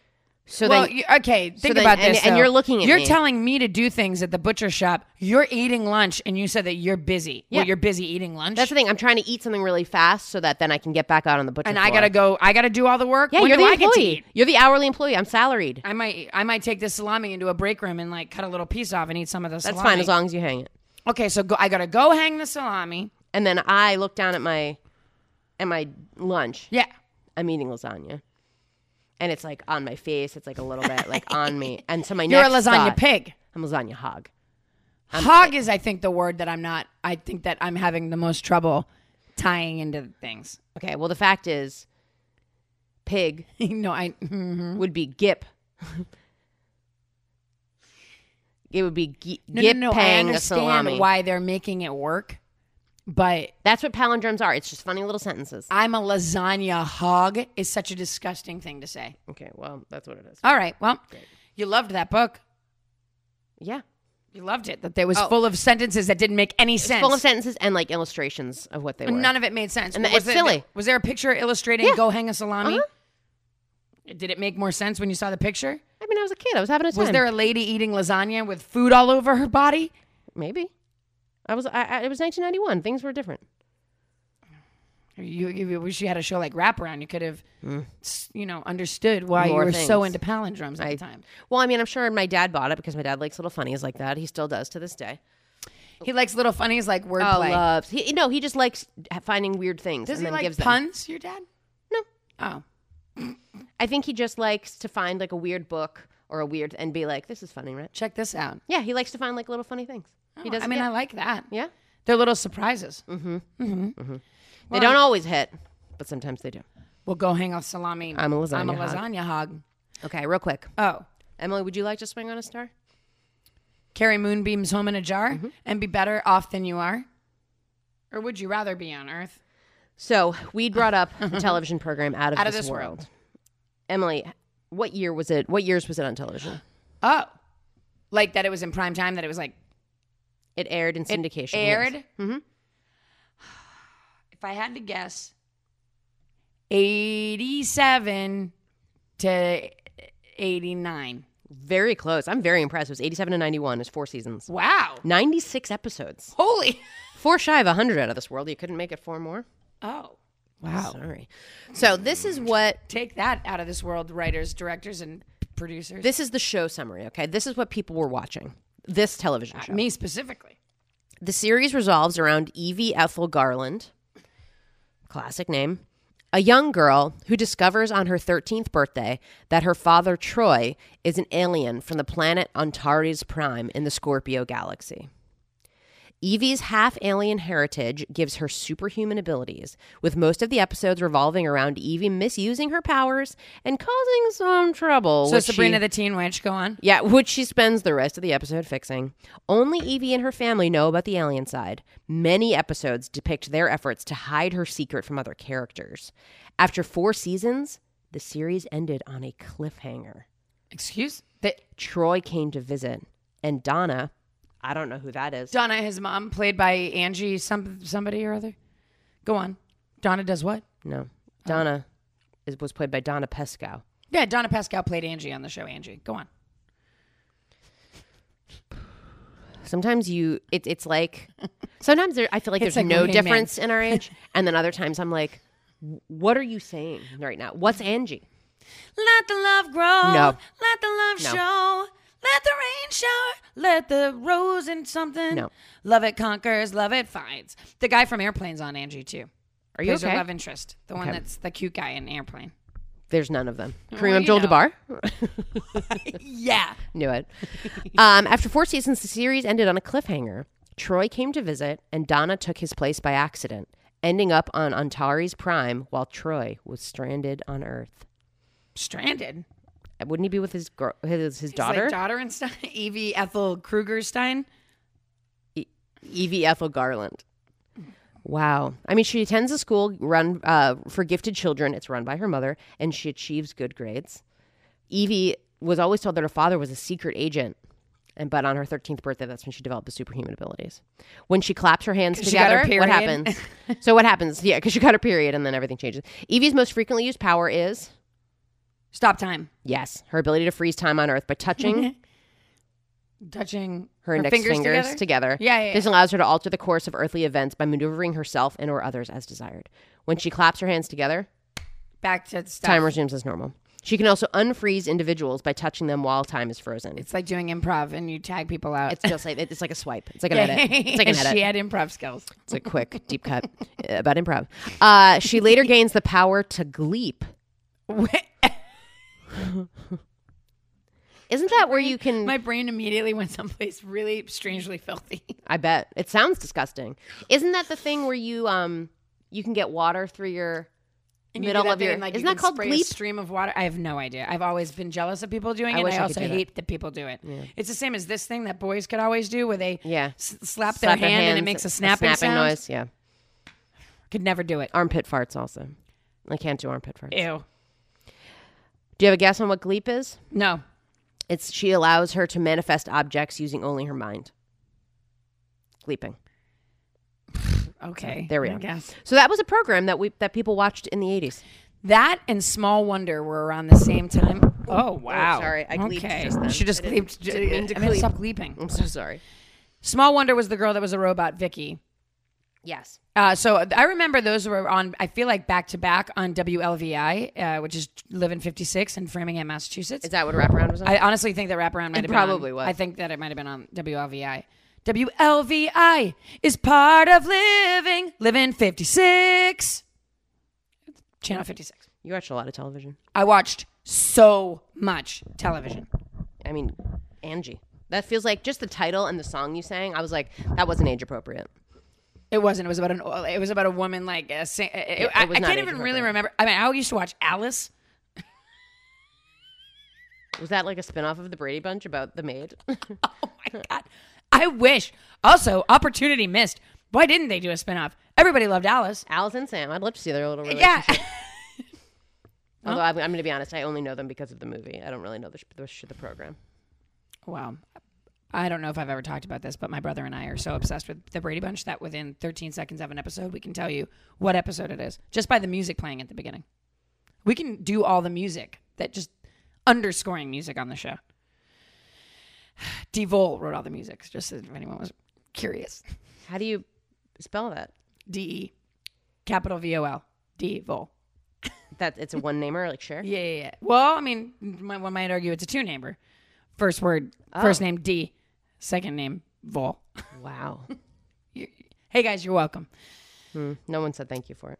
S1: So
S2: well,
S1: then,
S2: you, okay, think
S1: then-
S2: about
S1: and-
S2: this.
S1: and
S2: though.
S1: you're looking at
S2: You're
S1: me.
S2: telling me to do things at the butcher shop. You're eating lunch, and you said that you're busy.
S1: Yeah.
S2: Well, you're busy eating lunch.
S1: that's the thing. I'm trying to eat something really fast so that then I can get back out on the butcher.
S2: and I
S1: floor.
S2: gotta go. I gotta do all the work.
S1: Yeah,
S2: When
S1: you're
S2: do
S1: the
S2: I get to
S1: employee.
S2: eat?
S1: You're the hourly employee. I'm salaried.
S2: I might, I might take this salami into a break room and like cut a little piece off and eat some of the
S1: That's
S2: salami.
S1: fine as long as you hang it.
S2: Okay, so go, I gotta go hang the salami.
S1: And then I look down at my at my lunch.
S2: Yeah,
S1: I'm eating lasagna. And it's like on my face. It's like a little bit like on me. And so my
S2: you're a
S1: next
S2: lasagna
S1: thought-
S2: pig.
S1: I'm a lasagna hog.
S2: Hog is, I think, the word that I'm not. I think that I'm having the most trouble tying into things.
S1: Okay. Well, the fact is, pig
S2: no, I. mhm.
S1: would be gip. it would be gi-
S2: No,
S1: gip
S2: no, no. I
S1: pang a
S2: understand
S1: salami.
S2: why they're making it work, but
S1: That's what palindromes are. It's just funny little sentences.
S2: I'm a lasagna hog is such a disgusting thing to say.
S1: Okay. Well, that's what it is.
S2: All right. Well, you loved that book.
S1: Yeah.
S2: You loved it. That there was full of sentences that didn't make any sense.
S1: Oh. Full of sentences and like illustrations of what they were.
S2: None of it made sense.
S1: And
S2: was
S1: it's
S2: there,
S1: silly.
S2: Was there a picture illustrating go hang a salami?
S1: Uh-huh.
S2: Did it make more sense when you saw the picture?
S1: I mean, I was a kid. I was having a time.
S2: Was there a lady eating lasagna with food all over her body?
S1: Maybe. I was. I, I, it was 1991. Things were different.
S2: You, you wish you had a show like Wraparound. You could have, s you know, understood why
S1: Mm. More
S2: you were so
S1: things.
S2: into palindromes at the time.
S1: Well, I mean, I'm sure my dad bought it because my dad likes little funnies like that. He still does to this day.
S2: He likes little funnies like
S1: Oh,
S2: wordplay.
S1: loves. He, no, he just likes ha- finding weird things and
S2: Does he
S1: then
S2: like
S1: gives them.
S2: puns? Your dad?
S1: No,
S2: Oh,
S1: I think he just likes to find like a weird book or a weird and be like, "This is funny, right?"
S2: check this out.
S1: Yeah, he likes to find like little funny things. he Mm-hmm.
S2: Oh,
S1: does.
S2: I mean, I like that.
S1: yeah,
S2: They're little surprises.
S1: they don't always hit, but sometimes they do.
S2: We'll go hang a salami.
S1: I'm a
S2: I'm a
S1: lasagna hog.
S2: lasagna hog.
S1: Okay, real quick,
S2: Oh,
S1: Emily, would you like to swing on a star?
S2: carry moonbeams home in a jar
S1: Mm-hmm.
S2: and be better off than you are. Or would you rather be on Earth?
S1: So we brought up the television program out of,
S2: Out of
S1: this,
S2: This
S1: world.
S2: World.
S1: Emily, what year was it? What years was it on television?
S2: Oh, like that it was in prime time. That it was like
S1: It aired in syndication. yes.
S2: aired.
S1: Mhm.
S2: If I had to guess, eighty-seven to eighty-nine.
S1: Very close. I'm very impressed. It was 87 to 91. It's four seasons.
S2: Wow.
S1: 96 episodes.
S2: Holy.
S1: Four shy of 100 out of this world. You couldn't make it four more?
S2: Oh. Wow.
S1: Sorry. So this is what
S2: Take that out of this world, writers, directors, and producers.
S1: this is the show summary, okay? This is what people were watching. This television show.
S2: Me specifically.
S1: The series resolves around Evie Ethel Garland, classic name, a a young girl who discovers on her 13th birthday that her father, Troy, is an alien from the planet Antares Prime in the Scorpio galaxy. Evie's half alien heritage gives her superhuman abilities, with most of the episodes revolving around Evie misusing her powers and causing some trouble.
S2: So
S1: which she-
S2: Sabrina the Teen Witch, go on.
S1: yeah, which she spends the rest of the episode fixing. Only Evie and her family know about the alien side. Many episodes depict their efforts to hide her secret from other characters. After four seasons, the series ended on a cliffhanger.
S2: Excuse? The,
S1: Troy came to visit, and Donna, I don't know who that is.
S2: Donna, his mom, played by Angie some somebody or other. Go on. Donna does what?
S1: No, Donna is, was played by Donna Pescow.
S2: Yeah, Donna Pascal played Angie on the show Angie. Go on.
S1: Sometimes you, it, it's like, sometimes there, I feel like
S2: It's
S1: there's
S2: like
S1: no
S2: Rain Man.
S1: difference in our age, and then other times I'm like, what are you saying right now? What's Angie?
S2: Let the love grow.
S1: No.
S2: Let the love
S1: No.
S2: show. Let the rain shower. Let the rose and something.
S1: No.
S2: Love it conquers. Love it finds. The guy from Airplane's on Angie too.
S1: Are you
S2: Plays her
S1: okay?
S2: love interest. The one that's the cute guy in Airplane.
S1: There's none of them.
S2: you
S1: Kareem Abdul-Jabbar
S2: Yeah.
S1: knew it. Um, after four seasons, the series ended on a cliffhanger. Troy came to visit, and Donna took his place by accident, ending up on Antares Prime while Troy was stranded on Earth.
S2: Stranded.
S1: Wouldn't he be with his gr- his, his
S2: It's
S1: daughter,
S2: Like daughter and Stein. Evie Ethel Kruger Stein.
S1: Evie E Ethel Garland? Wow. I mean, she attends a school run uh, for gifted children. It's run by her mother, and she achieves good grades. Evie was always told that her father was a secret agent, and but on her 13th birthday, that's when she developed the superhuman abilities. When she claps her hands
S2: she got her
S1: together, what
S2: period.
S1: happens? so what happens? Yeah, because she got her period, and then everything changes. Evie's most frequently used power is
S2: Stop time.
S1: yes, her ability to freeze time on Earth by touching
S2: Touching
S1: her, index fingers, together.
S2: Yeah, yeah,
S1: This allows her to alter the course of earthly events by maneuvering herself and or others as desired. When she claps her hands together,
S2: Back to stuff.
S1: time resumes as normal. She can also unfreeze individuals by touching them while time is frozen. It's,
S2: It's like doing improv and you tag people out.
S1: just like it's like a swipe. It's like an edit. It's like an edit.
S2: she had improv skills.
S1: It's a quick deep cut about improv. Uh, she later gains the power to gleep. Isn't that where you can?
S2: My brain immediately went someplace really strangely filthy.
S1: I bet it sounds disgusting. Isn't that the thing where you um you can get water through your
S2: And you do
S1: middle
S2: that
S1: of
S2: thing
S1: your?
S2: and, like, you
S1: isn't that
S2: can
S1: called
S2: spray a
S1: gleep?
S2: stream of water. I have no idea. I've always been jealous of people doing it.
S1: wish
S2: and I
S1: I could
S2: also
S1: do that.
S2: hate that. people do it. It's the same as this thing that boys could always do, where they
S1: Yeah.
S2: s- slap, their
S1: Slap
S2: hand and it
S1: hands,
S2: makes a snapping, sound.
S1: noise. Yeah,
S2: Could never do it.
S1: armpit farts also. I can't do armpit farts.
S2: Ew.
S1: Do you have a guess on what gleep is?
S2: No.
S1: It's she allows her to manifest objects using only her mind. Gleeping.
S2: Okay.
S1: There we
S2: I
S1: are.
S2: guess.
S1: So that was a program that we that people watched in the eighties.
S2: That and Small Wonder were around the same time. Oh wow!
S1: sorry. I gleeped
S2: okay.
S1: just then.
S2: She just
S1: I didn't-
S2: gleeped.
S1: didn't mean to
S2: I mean,
S1: gleep.
S2: stop gleeping.
S1: I'm so sorry.
S2: Small Wonder was the girl that was a robot, Vicky.
S1: Yes.
S2: Uh, so I remember those were on. I feel like back to back on WLVI, uh, which is Live in Fifty Six in Framingham, Massachusetts.
S1: Is that what wraparound was on?
S2: I honestly think that wraparound might have been
S1: probably
S2: on-
S1: was.
S2: I think that it might have been on WLVI. WLVI is part of living. Living Fifty Six, Channel Fifty Six.
S1: you watched a lot of television.
S2: I watched so much television.
S1: I mean, Angie. That feels like just the title and the song you sang. I was like, that wasn't age appropriate.
S2: It wasn't. It was about an. It was about a woman like. A, sa- it, it-
S1: Yeah,
S2: I,
S1: it was
S2: I
S1: not
S2: can't even
S1: age
S2: really
S1: appropriate.
S2: remember. I mean, I used to watch Alice.
S1: Was that like a spinoff of the Brady Bunch about the maid?
S2: Oh my god, I wish. Also, opportunity missed. Why didn't they do a spinoff? Everybody loved Alice.
S1: Alice and Sam. I'd love to see their little relationship.
S2: Yeah,
S1: Although I'm, I'm going to be honest, I only know them because of the movie. I don't really know the, sh- the, sh- the program.
S2: Wow. I don't know if I've ever talked about this, but my brother and I are so obsessed with the Brady Bunch that within 13 seconds of an episode, we can tell you what episode it is just by the music playing at the beginning. We can do all the music that just underscoring music on the show. DeVol wrote all the music, just if anyone was curious.
S1: How do you spell that?
S2: D E, capital V O L, DeVol.
S1: That it's a one namer, like share.
S2: Yeah, yeah, yeah. Well, I mean, m- one might argue it's a two namer. First word,
S1: Oh.
S2: first name D, second name Vol.
S1: Wow.
S2: Hey guys, you're welcome.
S1: Mm. No one said thank you for it.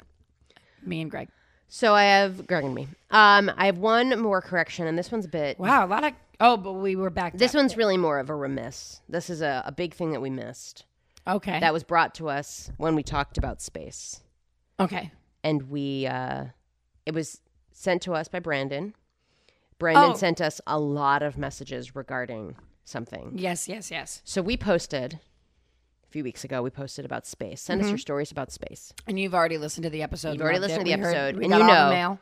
S2: Me and Greg.
S1: So I have Greg and me. Um, I have one more correction, and this one's a bit.
S2: Wow, a lot of. Oh, but we were back.
S1: This one's really more of a remiss. This is a, a big thing that we missed
S2: okay.
S1: that was brought to us when we talked about space,
S2: okay.
S1: and we uh, it was sent to us by Brandon. Brandon
S2: Oh.
S1: sent us a lot of messages regarding something.
S2: Yes, yes, yes.
S1: So we posted a few weeks ago. We posted about space. Send us your stories about space.
S2: And you've already listened to the episode.
S1: You've already
S2: loved
S1: listened
S2: it.
S1: to the
S2: We heard-
S1: episode,
S2: we
S1: and
S2: got
S1: you
S2: all the
S1: know.
S2: mail.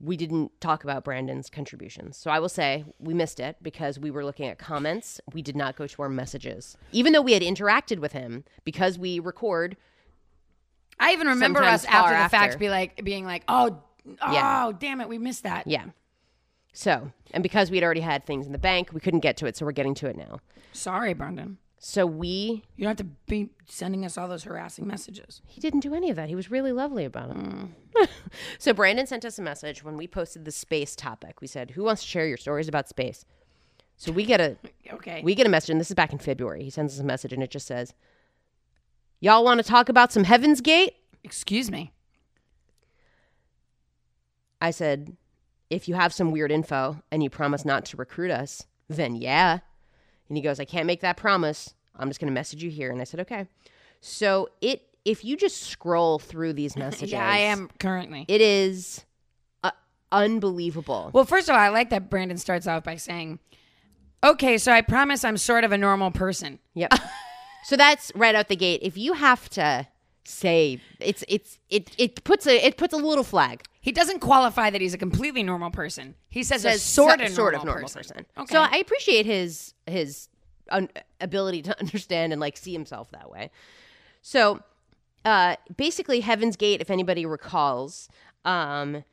S1: we didn't talk about Brandon's contributions. So I will say we missed it because we were looking at comments. We did not go to our messages. Even though we had interacted with him because we record.
S2: I even remember
S1: Sometimes
S2: us after
S1: far
S2: the fact
S1: after.
S2: be like being like, oh, oh,
S1: Yeah.
S2: damn it, we missed that.
S1: Yeah. So, and because we'd already had things in the bank, we couldn't get to it. So we're getting to it now.
S2: Sorry, Brendan.
S1: So we,
S2: You don't have to be sending us all those harassing messages.
S1: he didn't do any of that. He was really lovely about it.
S2: Mm.
S1: so Brandon sent us a message when we posted the space topic. We said, Who wants to share your stories about space? So we get a
S2: Okay.
S1: We get a message, and this is back in February. He sends us a message, and it just says, Y'all want to talk about some Heaven's Gate?
S2: Excuse me.
S1: I said, If you have some weird info and you promise not to recruit us, then yeah. And he goes, I can't make that promise. I'm just going to message you here. And I said, Okay. So it, if you just scroll through these messages,
S2: Yeah, I am currently.
S1: It is uh, unbelievable.
S2: Well, first of all, I like that Brandon starts off by saying, okay, so I promise I'm sort of a normal person.
S1: Yep. so that's right out the gate. If you have to say it's it's it it puts a it puts a little flag.
S2: He doesn't qualify that he's a completely normal person. He says, a
S1: says
S2: sort of
S1: sort of
S2: normal
S1: normal
S2: person.
S1: person.
S2: Okay.
S1: So I appreciate his his un- ability to understand and like see himself that way. So uh basically Heaven's Gate if anybody recalls um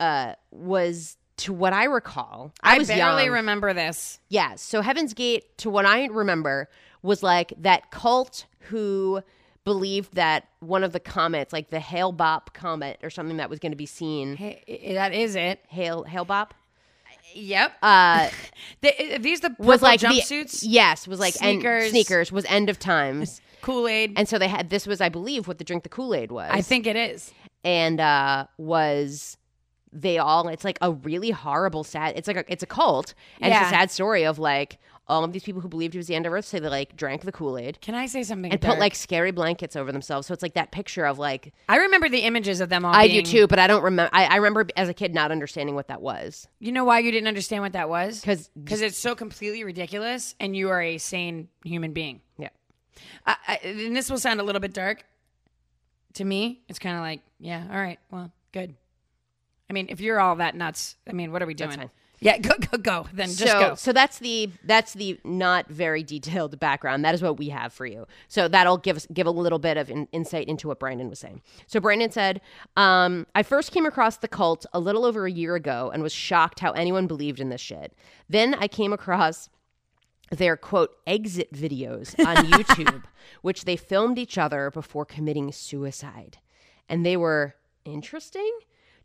S1: uh was to what I recall, I,
S2: I
S1: was
S2: barely
S1: young.
S2: remember this.
S1: Yeah. So Heaven's Gate, to what I remember, was like that cult who believed that one of the comets, like the Hale Bop comet or something that was going to be seen.
S2: Hey, i- that is it.
S1: Hale Hale Bop
S2: Yep.
S1: uh,
S2: The- are these the purple
S1: was like the-
S2: jumpsuits?
S1: yes, was like and
S2: Sneakers.
S1: sneakers was end of times,
S2: Kool Aid.
S1: and so they had this was I believe what the drink the Kool Aid was.
S2: I think it is.
S1: and uh, was they all it's like a really horrible sad it's like a, it's a cult and it's
S2: Yeah.
S1: a sad story of like all of these people who believed it was the end of earth say they like drank the kool-aid
S2: Can I say something?
S1: and
S2: dark?
S1: put like scary blankets over themselves. So it's like that picture of like
S2: I remember the images of them all.
S1: I do
S2: being-
S1: too, but I don't remember. I, I remember as a kid not understanding what that was
S2: You know why you didn't understand what that was?
S1: because
S2: Because it's so completely ridiculous, and you are a sane human being.
S1: yeah,
S2: I, I, and this will sound a little bit dark. To me, it's kind of like, yeah, all right, well, good. I mean, if you're all that nuts, I mean, what are we doing?
S1: fine.
S2: Yeah, go, go, go. Then just
S1: so
S2: go.
S1: so that's the that's the not very detailed background. That is what we have for you. So that'll give us give a little bit of in, insight into what Brandon was saying. So Brandon said, um, "I first came across the cult a little over a year ago and was shocked how anyone believed in this shit. Then I came across." their quote exit videos on YouTube, which they filmed each other before committing suicide. And they were interesting,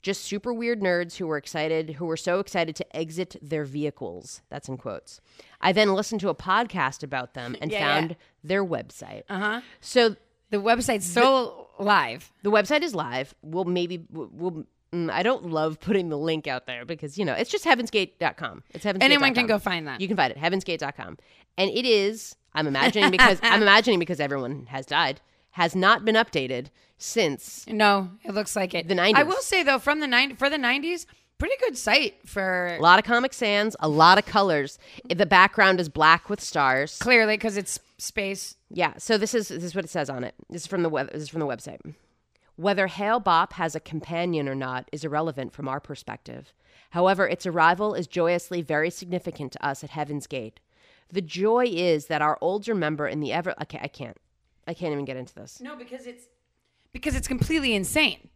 S1: just super weird nerds who were excited, who were so excited to exit their vehicles. That's in quotes. I then listened to a podcast about them and
S2: Yeah, yeah.
S1: found their website.
S2: Uh-huh.
S1: So
S2: The website's still live.
S1: the website is live. We'll maybe, we'll, mm, I don't love putting the link out there because, you know, it's just heavensgate.com. It's heavensgate.com.
S2: Anyone can go find that.
S1: You can find it heavensgate.com. And it is, I'm imagining because I'm imagining because everyone has died, has not been updated since
S2: no, it looks like it.
S1: The
S2: I
S1: 90s. will
S2: will say though, from the nine for the nineties, pretty good site for
S1: a lot of comic sans, a lot of colors. The background is black with stars.
S2: clearly because it's space.
S1: Yeah, so this is this is what it says on it. This is from the web, this is from the website. Whether Hale Bop has a companion or not is irrelevant from our perspective. However, its arrival is joyously very significant to us at Heaven's Gate. The joy is that our older member in the ever okay, I can't. I can't even get into this.
S2: No, because it's because it's completely insane.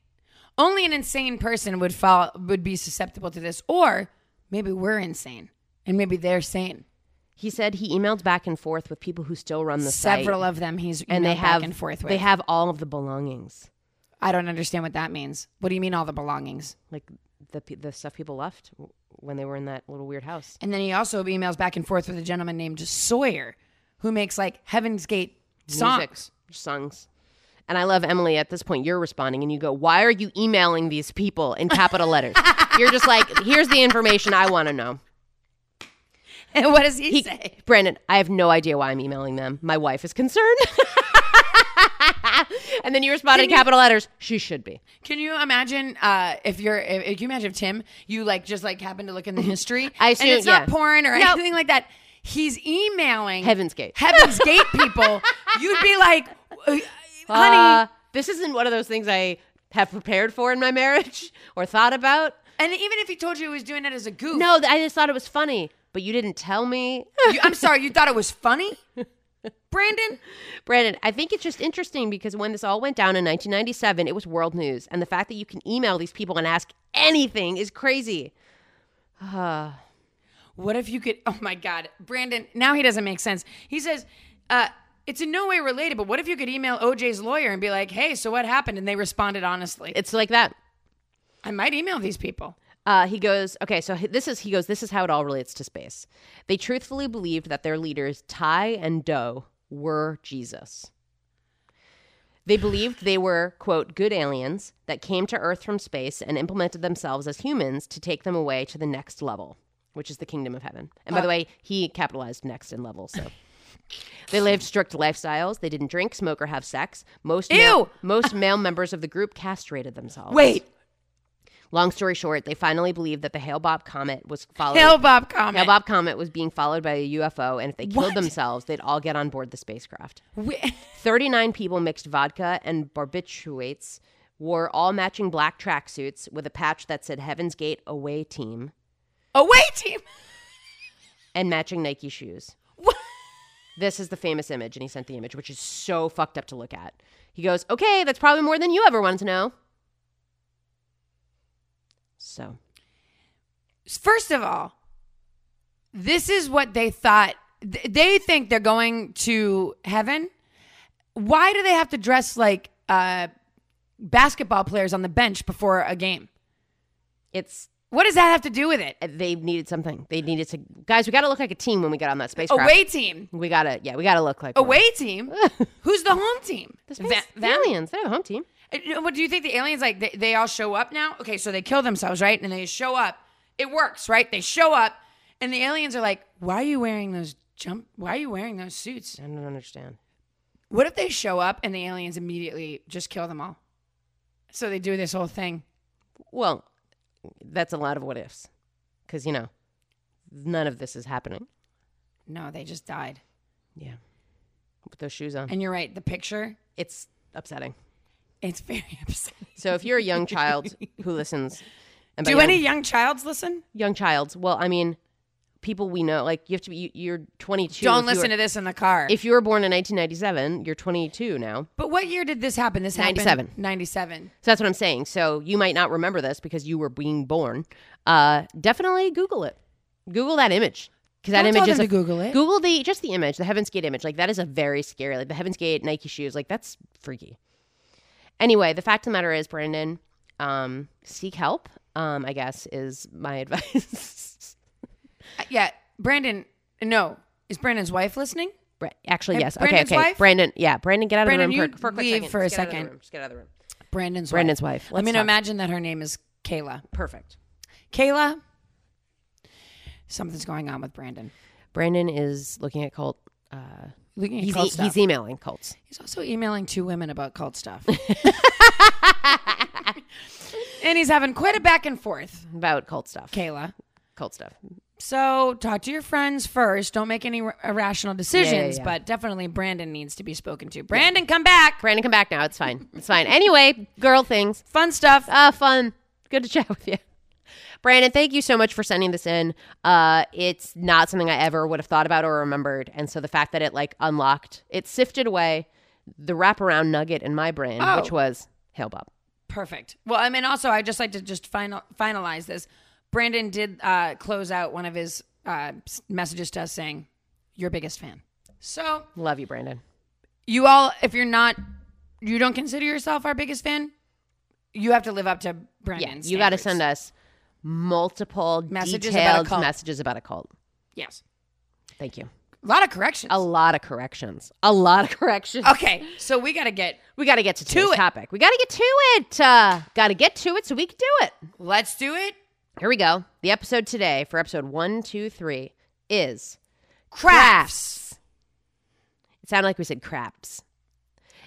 S2: Only an insane person would fall would be susceptible to this, or maybe we're insane and maybe they're sane.
S1: He said he emailed back and forth with people who still run the
S2: Several
S1: site,
S2: of them he's
S1: and they have
S2: back and forth with.
S1: they have all of the belongings,
S2: I don't understand what that means. What do you mean all the belongings?
S1: like the pe- the stuff people left w- when they were in that little weird house.
S2: And then he also emails back and forth with a Ah. gentleman named Sawyer, who makes like Heaven's Gate songs.
S1: Music, songs, And I love Emily at this point. You're responding and you go, Why are you emailing these people in capital letters? You're just like, Here's the information I want to know.
S2: And what does he,
S1: He,
S2: say?
S1: Brandon, I have no idea why I'm emailing them. My wife is concerned. and then you respond in capital letters, She should be.
S2: Can you imagine uh, if you're? If, can you imagine if Tim, you like just like happen to look in the history?
S1: Mm-hmm. I
S2: and
S1: assume-
S2: it's not
S1: yeah.
S2: porn or
S1: No.
S2: anything like that. He's emailing
S1: Heaven's Gate.
S2: Heaven's Gate people. You'd be like, uh, honey,
S1: Uh, this isn't one of those things I have prepared for in my marriage or thought about.
S2: and even if he told you he was doing it as a goof,
S1: No, th- I just thought it was funny, but you didn't tell me.
S2: you, I'm sorry, you thought it was funny, Brandon.
S1: Brandon, I think it's just interesting because when this all went down in 1997, it was world news. And the fact that you can email these people and ask anything is crazy.
S2: What if you could? Oh my God, Brandon! Now he doesn't make sense. He says, uh, "It's in no way related." But what if you could email OJ's lawyer and be like, "Hey, so what happened?" And they responded honestly.
S1: It's like that.
S2: I might email these people.
S1: Uh, he goes, okay, so he- this is, he goes, this is how it all relates to space. They truthfully believed that their leaders, Tai and Do, were Jesus. They believed they were, quote, good aliens that came to Earth from space and implemented themselves as humans to take them away to the next level, which is the kingdom of heaven. And by
S2: Uh.
S1: the way, he capitalized next in level, so. They lived strict lifestyles. They didn't drink, smoke, or have sex. Most male,
S2: Ew!
S1: most male members of the group castrated themselves.
S2: Wait,
S1: Long story short, they finally believed that the Hale Bob comet was followed.
S2: Hell, Bob comment.
S1: Hale Bob comet was being followed by a UFO, and if they killed
S2: What?
S1: themselves, they'd all get on board the spacecraft.
S2: We-
S1: Thirty-nine people mixed vodka and barbiturates, wore all matching black tracksuits with a patch that said "Heaven's Gate Away Team"
S2: Away oh, team.
S1: and matching Nike shoes.
S2: What?
S1: This is the famous image, and he sent the image, which is so fucked up to look at. He goes, "Okay, that's probably more than you ever wanted to know." So
S2: First of all, this is what they thought. th- They think they're going to heaven. Why do they have to dress like uh, basketball players on the bench before a game?
S1: it's
S2: What does that have to do with it?
S1: uh, they needed something. They needed to guys. We got to look like a team when we get on that spacecraft.
S2: Away team.
S1: We gotta yeah. We gotta look like one.
S2: Away team. Who's the home team?
S1: The space-
S2: Va-
S1: the
S2: them?
S1: aliens. They have a home team.
S2: Uh, What do you think the aliens like? They, they all show up now. Okay, so they kill themselves, right? And they show up. It works, right? They show up, and the aliens are like, "Why are you wearing those jump? Why are you wearing those suits?"
S1: I don't understand.
S2: What if they show up and the aliens immediately just kill them all? So they do this whole thing.
S1: Well, that's a lot of what ifs, because you know, none of this is happening.
S2: No, they just died.
S1: Yeah, with those shoes on,
S2: And you're right. The picture,
S1: it's upsetting.
S2: it's very upsetting.
S1: So if you're a young child who listens, and by
S2: Do
S1: young-
S2: any young childs listen?
S1: young childs? Well, I mean, people we know, like you have to be. You, you're 22.
S2: Don't
S1: if you
S2: listen
S1: were-
S2: to this in the car.
S1: If you were born in 1997, you're 22 now.
S2: but what year did this happen? This happened
S1: 97.
S2: 97.
S1: So that's what I'm saying. So you might not remember this because you were being born. Uh, definitely Google it. Google that image because that
S2: Don't
S1: image
S2: tell
S1: is
S2: them
S1: a-
S2: to Google it.
S1: Google the just the image, the Heaven's Gate image. Like that is a very scary. Like the Heaven's Gate Nike shoes. Like that's freaky. Anyway, the fact of the matter is, Brandon, um, seek help. Um, I guess is my advice.
S2: Uh, Yeah, Brandon. No, is Brandon's wife listening?
S1: Bra- Actually,
S2: And
S1: yes.
S2: Brandon's
S1: okay, okay.
S2: wife?
S1: Brandon, yeah, Brandon, get out of
S2: Brandon,
S1: the room for,
S2: you
S1: for a quick
S2: leave
S1: second.
S2: for a
S1: Just get out of the
S2: second.
S1: room. Just get out of the room.
S2: Brandon's
S1: Brandon's
S2: wife.
S1: wife.
S2: I
S1: Let's
S2: mean,
S1: talk.
S2: imagine that her name is Kayla.
S1: Perfect.
S2: Kayla, something's going on with Brandon.
S1: Brandon is looking at cult. Uh,
S2: Looking at
S1: he's,
S2: cult
S1: e-
S2: stuff.
S1: he's e-, emailing cults.
S2: He's also emailing two women about cult stuff. and he's having quite a back and forth,
S1: about cult stuff.
S2: Kayla.
S1: Cult stuff.
S2: So talk to your friends first. Don't make any r- irrational decisions,
S1: yeah.
S2: but definitely Brandon needs to be spoken to. Brandon, come back.
S1: Brandon, come back now. It's fine. It's fine. Anyway, girl things.
S2: Fun stuff.
S1: Uh, fun. Good to chat with you. Brandon, thank you so much for sending this in. Uh, it's not something I ever would have thought about or remembered. And so the fact that it like unlocked, it sifted away the wraparound nugget in my brain,
S2: Oh.
S1: which was Hail Bob.
S2: Perfect. Well, I mean, also, I just like to just final finalize this. Brandon did uh, close out one of his uh, s- messages to us saying, "Your biggest fan." So
S1: Love you, Brandon.
S2: you all, if you're not, you don't consider yourself our biggest fan. You have to live up to
S1: Yeah,
S2: Brandon's.
S1: you got to send us multiple
S2: Messages about a
S1: detailed
S2: cult.
S1: messages about a cult.
S2: Yes.
S1: Thank you.
S2: A lot of corrections.
S1: A lot of corrections. A lot of corrections.
S2: Okay, so we got to get.
S1: We got to get to today's
S2: it.
S1: topic. We got to get to it. Uh, got to get to it so we can do it.
S2: Let's do it.
S1: Here we go. The episode today for episode one, two, three is
S2: Crafts.
S1: it sounded like we said craps.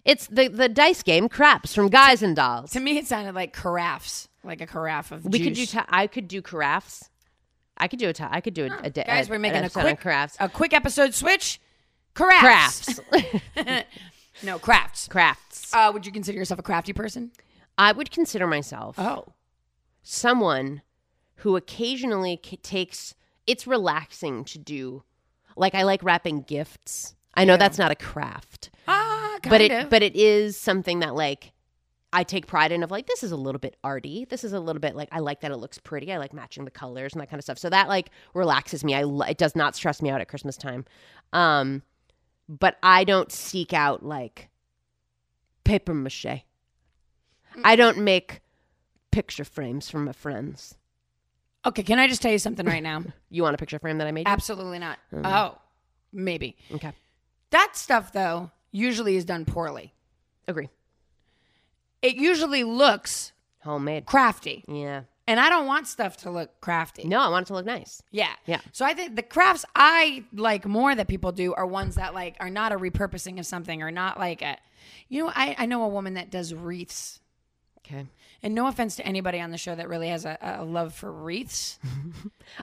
S1: It's the the dice game craps from Guys and Dolls.
S2: To me, it sounded like carafes, like a carafe of
S1: we could do.
S2: juice.
S1: ta- I could do carafes. I could do a. ta- I could do a, a, da-
S2: Guys,
S1: a-
S2: we're
S1: an
S2: making a
S1: episode on
S2: quick
S1: crafts.
S2: A quick episode switch. Crafts.
S1: Crafts.
S2: No crafts.
S1: crafts.
S2: Uh, would you consider yourself a crafty person?
S1: I would consider myself
S2: Oh,
S1: someone who occasionally c- takes. It's relaxing to do. Like I like wrapping gifts. I know that's not a craft,
S2: ah, kind
S1: but it
S2: of.
S1: but it is something that like I take pride in of like this is a little bit arty. This is a little bit like I like that it looks pretty. I like matching the colors and that kind of stuff. So that like relaxes me. I lo- it does not stress me out at Christmas time. Um but I don't seek out like paper mache. I don't make picture frames for my friends.
S2: okay, can I just tell you something right now?
S1: You want a picture frame that I made? you?
S2: Absolutely not. Oh, maybe
S1: okay.
S2: that stuff though usually is done poorly.
S1: Agree.
S2: It usually looks
S1: Homemade.
S2: crafty,
S1: Yeah.
S2: and I don't want stuff to look crafty.
S1: No, I want it to look nice.
S2: Yeah.
S1: Yeah.
S2: So I think the crafts I like more that people do are ones that like are not a repurposing of something or not like a you know, I, I know a woman that does wreaths.
S1: Okay.
S2: And no offense to anybody on the show that really has a, a love for wreaths.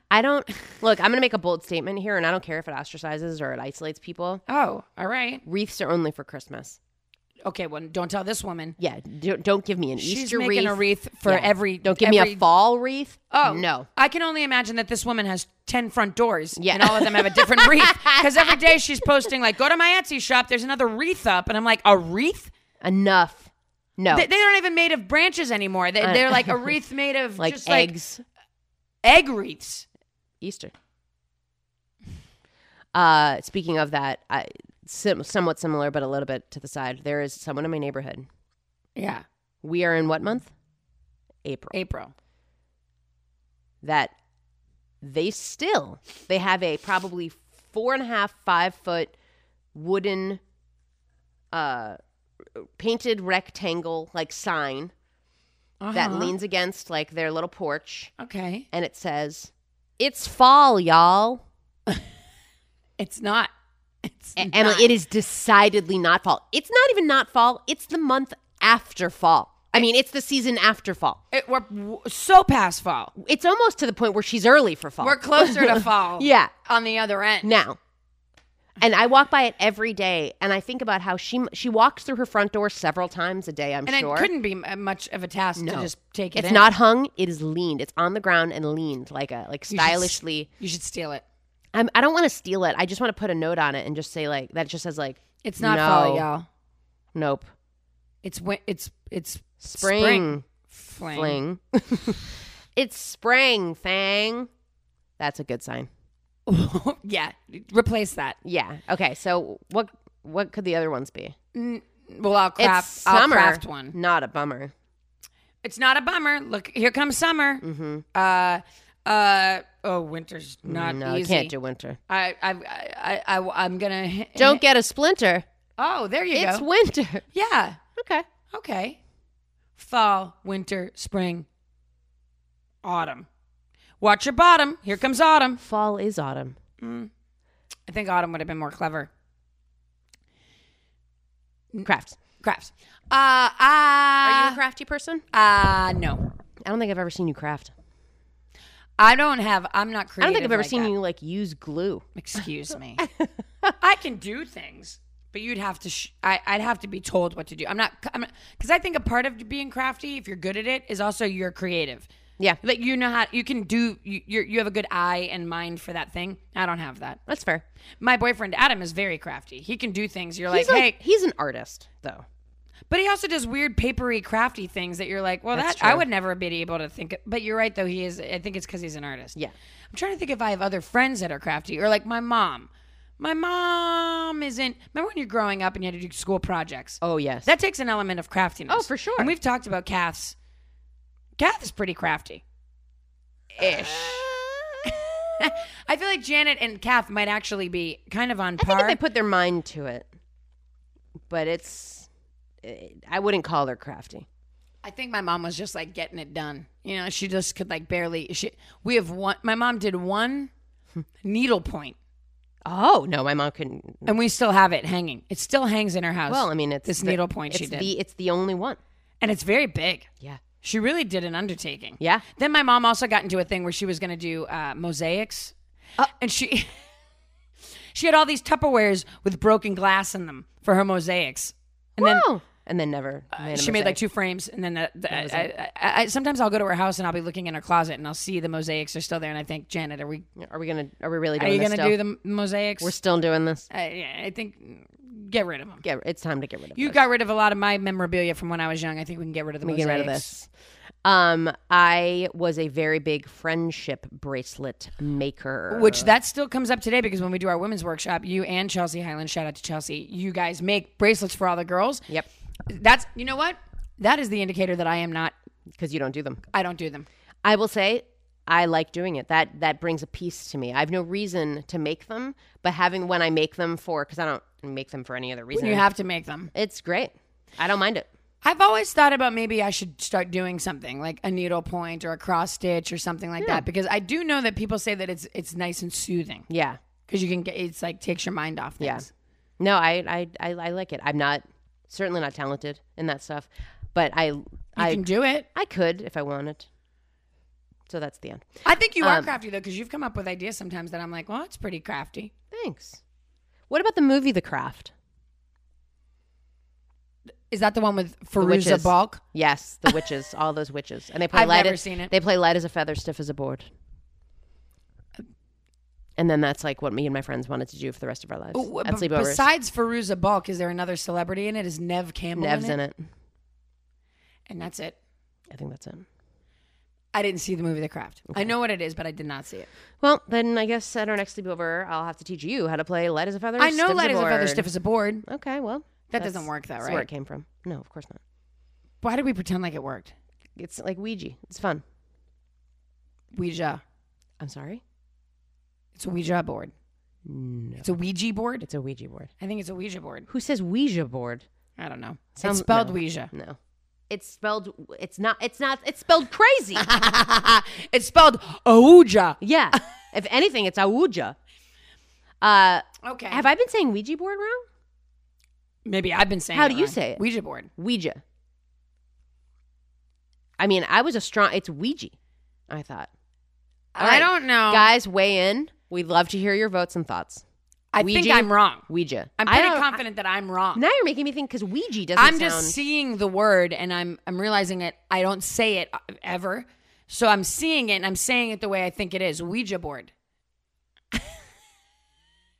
S1: I don't look. I'm going to make a bold statement here, and I don't care if it ostracizes or it isolates people.
S2: Oh, all right.
S1: Wreaths are only for Christmas.
S2: Okay, well don't tell this woman.
S1: Yeah, don't, don't give me an
S2: She's
S1: Easter
S2: making
S1: wreath.
S2: a wreath for
S1: Yeah.
S2: every
S1: Don't give me
S2: every-
S1: a fall wreath.
S2: Oh
S1: no,
S2: I can only imagine that this woman has ten front doors,
S1: Yeah.
S2: and all of them have a different wreath. Because every day she's posting like, "Go to my Etsy shop. There's another wreath up," and I'm like, "A wreath?
S1: enough. No,
S2: They, they aren't even made of branches anymore. They, they're like a wreath made of
S1: like
S2: just like
S1: eggs,
S2: egg wreaths.
S1: Easter. Uh, speaking of that, I, sim- somewhat similar, but a little bit to the side. There is someone in my neighborhood.
S2: Yeah,
S1: We are in what month? April.
S2: April.
S1: that they still they have a probably four and a half five foot wooden uh painted rectangle like sign that
S2: Uh-huh.
S1: leans against like their little porch
S2: Okay,
S1: and it says it's fall y'all
S2: it's not. It's
S1: A-
S2: not.
S1: emily it is decidedly not fall it's not even not fall it's the month after fall i mean it's the season after fall
S2: It- we're w- so past fall.
S1: it's almost to the point where she's early for fall
S2: We're closer to fall.
S1: yeah
S2: on the other end.
S1: now. And I walk by it every day, and I think about how she she walks through her front door several times a day. I'm
S2: and
S1: sure
S2: it couldn't be m- much of a task to
S1: No.
S2: just take it.
S1: it's
S2: in.
S1: not hung; it is leaned. It's on the ground and leaned like a like
S2: You should s-
S1: stylishly.
S2: You should steal it.
S1: I'm, I don't want to steal it. I just want to put a note on it and just say like that. Just says like
S2: It's not
S1: No.
S2: fall, y'all.
S1: nope,
S2: It's win- it's it's
S1: spring,
S2: fling.
S1: fling. it's spring thing. That's a good sign.
S2: yeah, replace that.
S1: Yeah. Okay. So what what could the other ones be?
S2: Well, I'll craft.
S1: it's
S2: I'll
S1: summer.
S2: craft one.
S1: Not a bummer.
S2: It's not a bummer. Look, here comes summer.
S1: Mm-hmm.
S2: Uh, uh, oh, winter's not
S1: no,
S2: easy.
S1: you can't do winter.
S2: I, I, I, I, I, am gonna.
S1: Don't get a splinter.
S2: Oh, there you
S1: It's
S2: go.
S1: winter.
S2: yeah.
S1: Okay.
S2: Okay. Fall, winter, spring, autumn. Watch your bottom. Here comes autumn.
S1: Fall is autumn.
S2: I think autumn would have been more clever.
S1: Crafts.
S2: Crafts. Uh, ah.
S1: Are you a crafty person?
S2: Uh, no.
S1: I don't think I've ever seen you craft.
S2: I don't have. I'm not creative.
S1: I don't think I've ever
S2: like
S1: seen
S2: that.
S1: you like use glue.
S2: Excuse me. I can do things, but you'd have to. Sh- I, I'd have to be told what to do. I'm not. I'm because I think a part of being crafty, if you're good at it, is also you're creative.
S1: Yeah,
S2: Like you know how you can do. You you're, you have a good eye and mind for that thing. I don't have that.
S1: that's fair.
S2: My boyfriend Adam is very crafty. He can do things. You're like,
S1: he's like,
S2: hey,
S1: he's an artist though.
S2: but he also does weird papery crafty things that you're like, well,
S1: That's
S2: that I
S1: true.
S2: would never be able to think. But you're right though. He is. I think it's because he's an artist.
S1: Yeah.
S2: I'm trying to think if I have other friends that are crafty or like my mom. My mom isn't. Remember when you're growing up and you had to do school projects?
S1: Oh yes.
S2: That takes an element of craftiness.
S1: Oh, for sure.
S2: And we've talked about Kath's. Kath is pretty crafty. Ish. I feel like Janet and Kath might actually be kind of on
S1: I think
S2: par.
S1: if they put their mind to it, but it's, it, I wouldn't call her crafty.
S2: I think my mom was just like getting it done. You know, she just could like barely. She, we have one. My mom did one needlepoint,
S1: Oh no, my mom couldn't.
S2: and we still have it hanging. It still hangs in her house.
S1: Well, I mean, it's
S2: this
S1: the-
S2: needlepoint
S1: It's
S2: she did,
S1: the it's the only one.
S2: and it's very big.
S1: Yeah,
S2: She really did an undertaking.
S1: yeah.
S2: Then my mom also got into a thing where she was going to do uh, mosaics,
S1: Uh
S2: and she she had all these Tupperwares with broken glass in them for her mosaics. And then
S1: Wow. and then never. made a
S2: Uh, she made like
S1: mistake.
S2: two frames, and then the, the, I, I, I, I, sometimes I'll go to her house and I'll be looking in her closet and I'll see the mosaics are still there, and I think Janet, are we
S1: Are we gonna? Are we really
S2: are
S1: doing
S2: you
S1: this
S2: going to
S1: still?
S2: do the mosaics?
S1: We're still doing this.
S2: I, yeah, I think mm, get rid of them.
S1: Get, it's time to get rid of
S2: You
S1: this.
S2: got rid of a lot of my memorabilia from when I was young. I think we can get rid of the
S1: We
S2: mosaics.
S1: get rid of this. Um, I was a very big friendship bracelet maker.
S2: Which that still comes up today because when we do our women's workshop, you and Chelsea Highland, shout out to Chelsea, you guys make bracelets for all the girls.
S1: Yep,
S2: That's you know what? That is the indicator that I am not
S1: because you don't do them.
S2: I don't do them.
S1: I will say I like doing it. That that brings a peace to me. I have no reason to make them, but having when I make them for because I don't make them for any other reason.
S2: You have to make them.
S1: it's great. I don't mind it.
S2: I've always thought about maybe I should start doing something like a needle point or a cross stitch or something like that because I do know that people say that it's it's nice and soothing
S1: Yeah,
S2: because you can get it's like takes your mind off
S1: yeah.
S2: things.
S1: No, I I I, I like it. I'm not certainly not talented in that stuff, but I
S2: You
S1: I
S2: can do it.
S1: I could if I wanted. So that's the end.
S2: I think you are crafty though because you've come up with ideas sometimes that I'm like, well, it's pretty crafty.
S1: Thanks. What about the movie The Craft?
S2: Is that the one with Feruza
S1: witches.
S2: Balk?
S1: Yes, the witches, all those witches, and they play
S2: I've
S1: light.
S2: never
S1: as,
S2: seen it.
S1: They play light as a feather, stiff as a board. And then that's like what me and my friends wanted to do for the rest of our lives
S2: Ooh,
S1: at
S2: Oh, b-
S1: sleepovers.
S2: besides Feruza Balk, is there another celebrity in it? Is Nev Campbell?
S1: Nev's
S2: in it?
S1: in it.
S2: And that's it.
S1: I think that's it.
S2: I didn't see the movie The Craft. I know what it is, but I did not see it.
S1: Well, then I guess at our next sleepover, I'll have to teach you how to play light as a feather.
S2: I know
S1: stiff
S2: Light as a Feather,
S1: board.
S2: Stiff as a Board.
S1: Okay, well,
S2: That
S1: that's-
S2: doesn't work, though,
S1: That's where
S2: right?
S1: it came from. No, of course not.
S2: Why did we pretend like it worked?
S1: It's like Ouija. It's fun.
S2: Ouija.
S1: I'm sorry.
S2: It's a Ouija board.
S1: No,
S2: It's a Ouija board.
S1: it's a Ouija board.
S2: I think it's a Ouija board.
S1: Who says Ouija board?
S2: I don't know.
S1: Sounds-
S2: it's spelled
S1: no.
S2: Ouija.
S1: No. It's spelled. It's not. It's not. It's spelled crazy.
S2: it's spelled Ouija.
S1: yeah. If anything, it's Awuja. Uh,
S2: Okay.
S1: have I been saying Ouija board wrong?
S2: Maybe I've been saying.
S1: How
S2: it
S1: do you
S2: wrong.
S1: say it?
S2: Ouija board.
S1: Ouija. I mean, I was a strong. It's Ouija. I thought. All
S2: I
S1: right.
S2: don't know.
S1: Guys, weigh in. We'd love to hear your votes and thoughts.
S2: I
S1: Ouija.
S2: think I'm wrong.
S1: Ouija.
S2: I'm
S1: I
S2: pretty
S1: don't-
S2: confident that I'm wrong.
S1: Now you're making me think because Ouija doesn't
S2: I'm
S1: sound.
S2: just seeing the word and I'm I'm realizing it. I don't say it uh, ever, so I'm seeing it and I'm saying it the way I think it is Ouija board.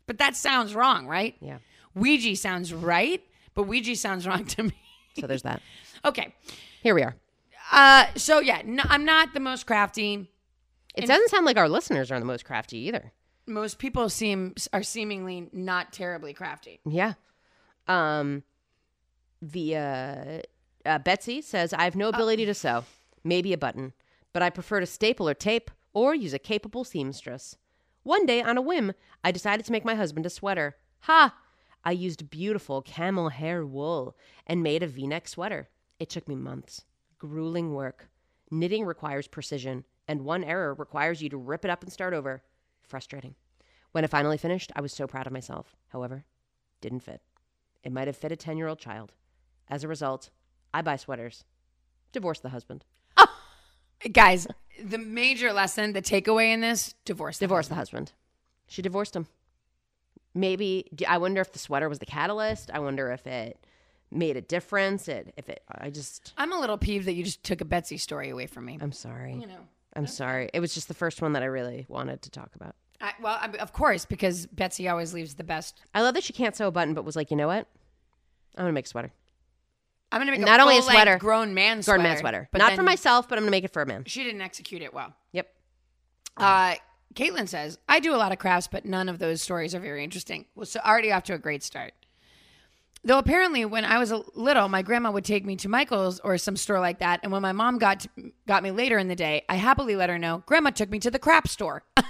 S2: but that sounds wrong, right?
S1: yeah.
S2: Ouija sounds right, but Ouija sounds wrong to me.
S1: So there's that.
S2: okay,
S1: Here we are.
S2: uh, so yeah, no, I'm not the most crafty.
S1: It doesn't sound like our listeners are the most crafty either.
S2: Most people seem are seemingly not terribly crafty.
S1: Yeah. Um the uh, uh Betsy says I have no ability to sew, maybe a button, but I prefer to staple or tape or use a capable seamstress. One day on a whim, I decided to make my husband a sweater. Ha! I used beautiful camel hair wool and made a V-neck sweater. It took me months. Grueling work. Knitting requires precision, and one error requires you to rip it up and start over. Frustrating. When I finally finished, I was so proud of myself. However, didn't fit. It might have fit a 10 year old child. As a result, I buy sweaters. Divorce the husband.
S2: Guys, the major lesson, the takeaway in this: divorce. the
S1: Divorce the husband. She divorced him. Maybe, d- I wonder if the sweater was the catalyst. I wonder if it made a difference. It, if it, I just,
S2: I'm a little peeved that you just took a Betsy story away from me.
S1: I'm sorry.
S2: You know,
S1: I'm sorry. It was just the first one that I really wanted to talk about.
S2: I, well, I, of course, because Betsy always leaves the best.
S1: I love that she can't sew a button, but was like, you know what? I'm going to make a sweater.
S2: I'm gonna make
S1: Not only a
S2: full-length
S1: sweater,
S2: grown man sweater,
S1: Garden man sweater.
S2: but
S1: Not
S2: then
S1: for myself, but I'm going to make it for a man.
S2: She didn't execute it well.
S1: Yep.
S2: Uh, Caitlin says, "I do a lot of crafts, but none of those stories are very interesting." Well, so already off to a great start. Though apparently, when I was a little, my grandma would take me to Michael's or some store like that, and when my mom got to, got me later in the day, I happily let her know Grandma took me to the crap store.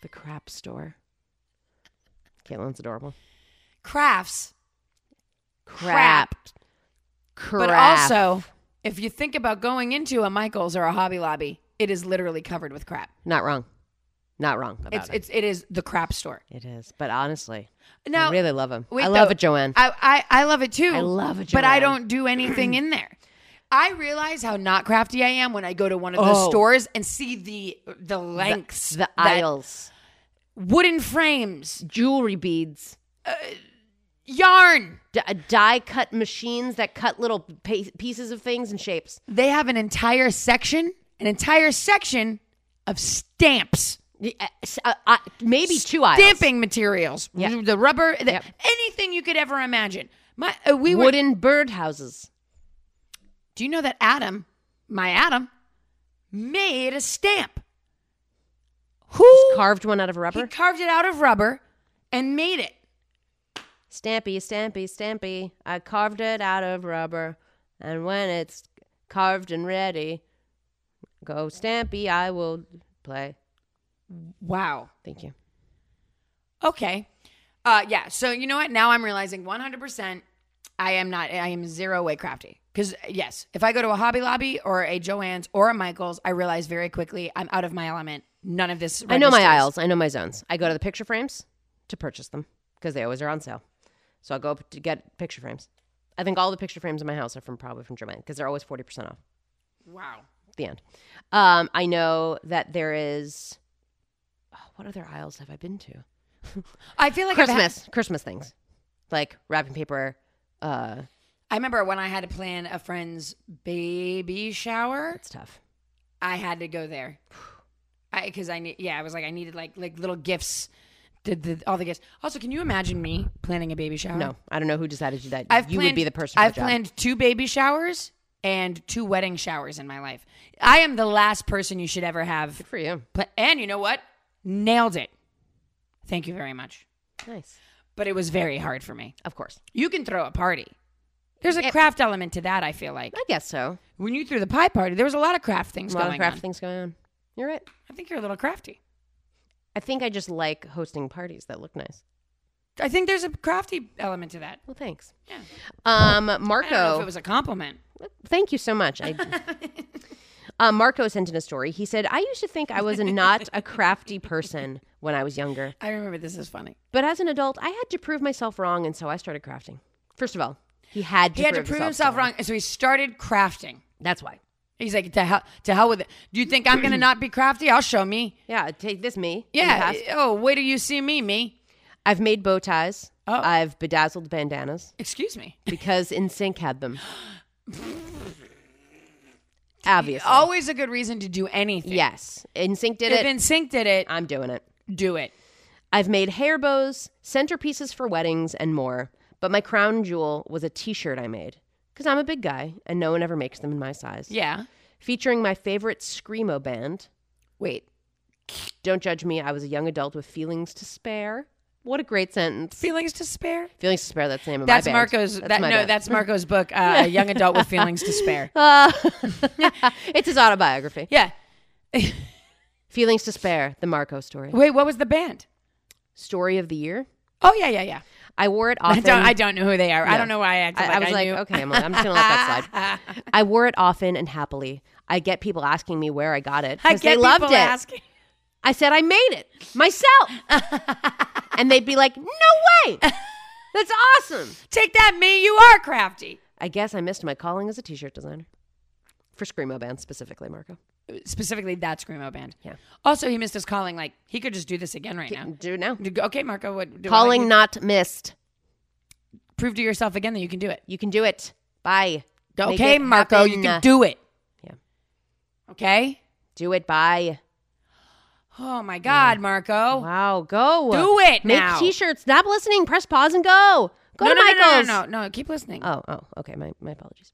S1: The crap store. Caitlin's adorable.
S2: Crafts,
S1: Crap.
S2: but
S1: Crap.
S2: also if you think about going into a Michaels or a Hobby Lobby, it is literally covered with crap.
S1: not wrong. Not wrong about
S2: It's
S1: it.
S2: it's it is the crap store.
S1: It is. But honestly,
S2: Now
S1: I really love him.
S2: wait,
S1: I love
S2: though.
S1: it, Joanne.
S2: I, I I love it too.
S1: I love a
S2: but I
S1: Joanne.
S2: don't do anything in there. I realize how not crafty I am when I go to one of those
S1: Oh.
S2: stores and see the the lengths,
S1: the
S2: that-
S1: aisles,
S2: wooden frames,
S1: jewelry beads,
S2: yarn.
S1: d- uh, die cut machines that cut little pa- pieces of things and shapes.
S2: They have an entire section, an entire section of stamps,
S1: Y- uh, s- uh, uh, maybe two aisles.
S2: stamping materials, the rubber, the,
S1: Yep.
S2: anything you could ever imagine. My uh, we were
S1: Wooden birdhouses.
S2: Do you know that Adam, my Adam, made a stamp? Who
S1: Carved one out of rubber.
S2: he carved it out of rubber and made it.
S1: Stampy, stampy, stampy. I carved it out of rubber. And when it's carved and ready, go stampy, I will play.
S2: Wow.
S1: Thank you.
S2: Okay. Uh yeah, so you know what? Now I'm realizing 100% I am not I am zero way crafty. Cuz yes, if I go to a Hobby Lobby or a Joann's or a Michaels, I realize very quickly I'm out of my element. None of this
S1: I know my
S2: registers.
S1: aisles. I know my zones. I go to the picture frames to purchase them because they always are on sale. So I go up to get picture frames. I think all the picture frames in my house are from probably from German because they're always 40% off.
S2: Wow.
S1: The end. Um, I know that there is. oh, what other aisles have I been to?
S2: I feel like I've had-
S1: Christmas, Christmas things like wrapping paper. Uh,
S2: I remember when I had to plan a friend's baby shower.
S1: it's tough.
S2: I had to go there. I because I need yeah, I was like I needed like like little gifts. Did the, all the gifts. Also, can you imagine me planning a baby shower?
S1: No, I don't know who decided to do that.
S2: I've
S1: you
S2: planned,
S1: would be the person. For
S2: I've
S1: the job.
S2: planned two baby showers and two wedding showers in my life. I am the last person you should ever have.
S1: for you.
S2: pla- And you know what? Nailed it. Thank you very much.
S1: Nice,
S2: But it was very hard for me.
S1: of course.
S2: You can throw a party. There's
S1: Eh.
S2: a craft element to that. I feel like
S1: I guess so.
S2: when you threw the pie party, there was a lot of craft things
S1: A lot
S2: going
S1: of craft
S2: on.
S1: things going on. You're right.
S2: I think you're a little crafty.
S1: I think I just like hosting parties that look nice.
S2: I think there's a crafty element to that.
S1: Well, thanks.
S2: Yeah.
S1: Um,
S2: I don't know if
S1: Marco,
S2: it was a compliment.
S1: thank you so much. I, uh, Marco sent in a story. He said, "I used to think I was not a crafty person when I was younger,
S2: I remember this is funny.
S1: but as an adult, I had to prove myself wrong, and so I started crafting." First of all, he had to
S2: He had to prove himself wrong, and so he started crafting.
S1: That's why.
S2: He's like, to hell, to hell with it. Do you think I'm going to not be crafty? I'll show me.
S1: Yeah, take this me. in the
S2: Yeah.
S1: past.
S2: Oh, wait till you see me, me.
S1: I've made bow ties.
S2: Oh.
S1: I've bedazzled bandanas
S2: Excuse me.
S1: because NSYNC had them. Obviously.
S2: Always a good reason to do anything.
S1: Yes. NSYNC did
S2: If
S1: it.
S2: NSYNC did it,
S1: I'm doing it.
S2: do it.
S1: I've made hair bows, centerpieces for weddings, and more. But my crown jewel was a t shirt I made because I'm a big guy and no one ever makes them in my size.
S2: Yeah.
S1: Featuring my favorite Screamo band.
S2: Wait.
S1: Don't judge me, I was a young adult with feelings to spare. What a great sentence.
S2: Feelings to spare.
S1: Feelings to spare, that's the name of
S2: That's
S1: my band.
S2: Marco's. that,
S1: my
S2: no,
S1: band.
S2: that's Marco's book, uh, A Young Adult with Feelings to Spare.
S1: Uh, it's his autobiography.
S2: Yeah.
S1: Feelings to Spare, the Marco story.
S2: Wait, what was the band?
S1: Story of the year.
S2: Oh yeah, yeah, yeah.
S1: I wore it
S2: I
S1: often.
S2: don't. I don't know who they are. I
S1: No.
S2: don't know why I acted
S1: I-
S2: like
S1: I was like,
S2: knew.
S1: okay, I'm, I'm just gonna let that slide. I wore it often and happily. I get people asking me where I got it
S2: I
S1: because
S2: get
S1: they
S2: people
S1: loved it.
S2: asking.
S1: I said I made it myself, and they'd be like, "No way, that's awesome."
S2: Take that, me. You are crafty.
S1: I guess I missed my calling as a t-shirt designer for screamo bands specifically, Marco.
S2: specifically that screamo band.
S1: Yeah.
S2: Also, he missed his calling. Like he could just do this again right now.
S1: Do it now.
S2: Do- Okay, Marco. What, do I
S1: Calling
S2: like-
S1: not missed.
S2: prove to yourself again that you can do it.
S1: You can do it. Bye. Make
S2: Okay,
S1: it
S2: Marco, you
S1: happen. uh,
S2: can do it.
S1: Yeah.
S2: Okay.
S1: Do it. Bye.
S2: Oh my God, Marco.
S1: Wow, go.
S2: Do it
S1: Make
S2: now.
S1: t-shirts. Stop listening. Press pause and go. Go
S2: No,
S1: to
S2: no, no, no,
S1: Michael's.
S2: no, no, no. Keep listening.
S1: Oh, oh, okay. My, my apologies.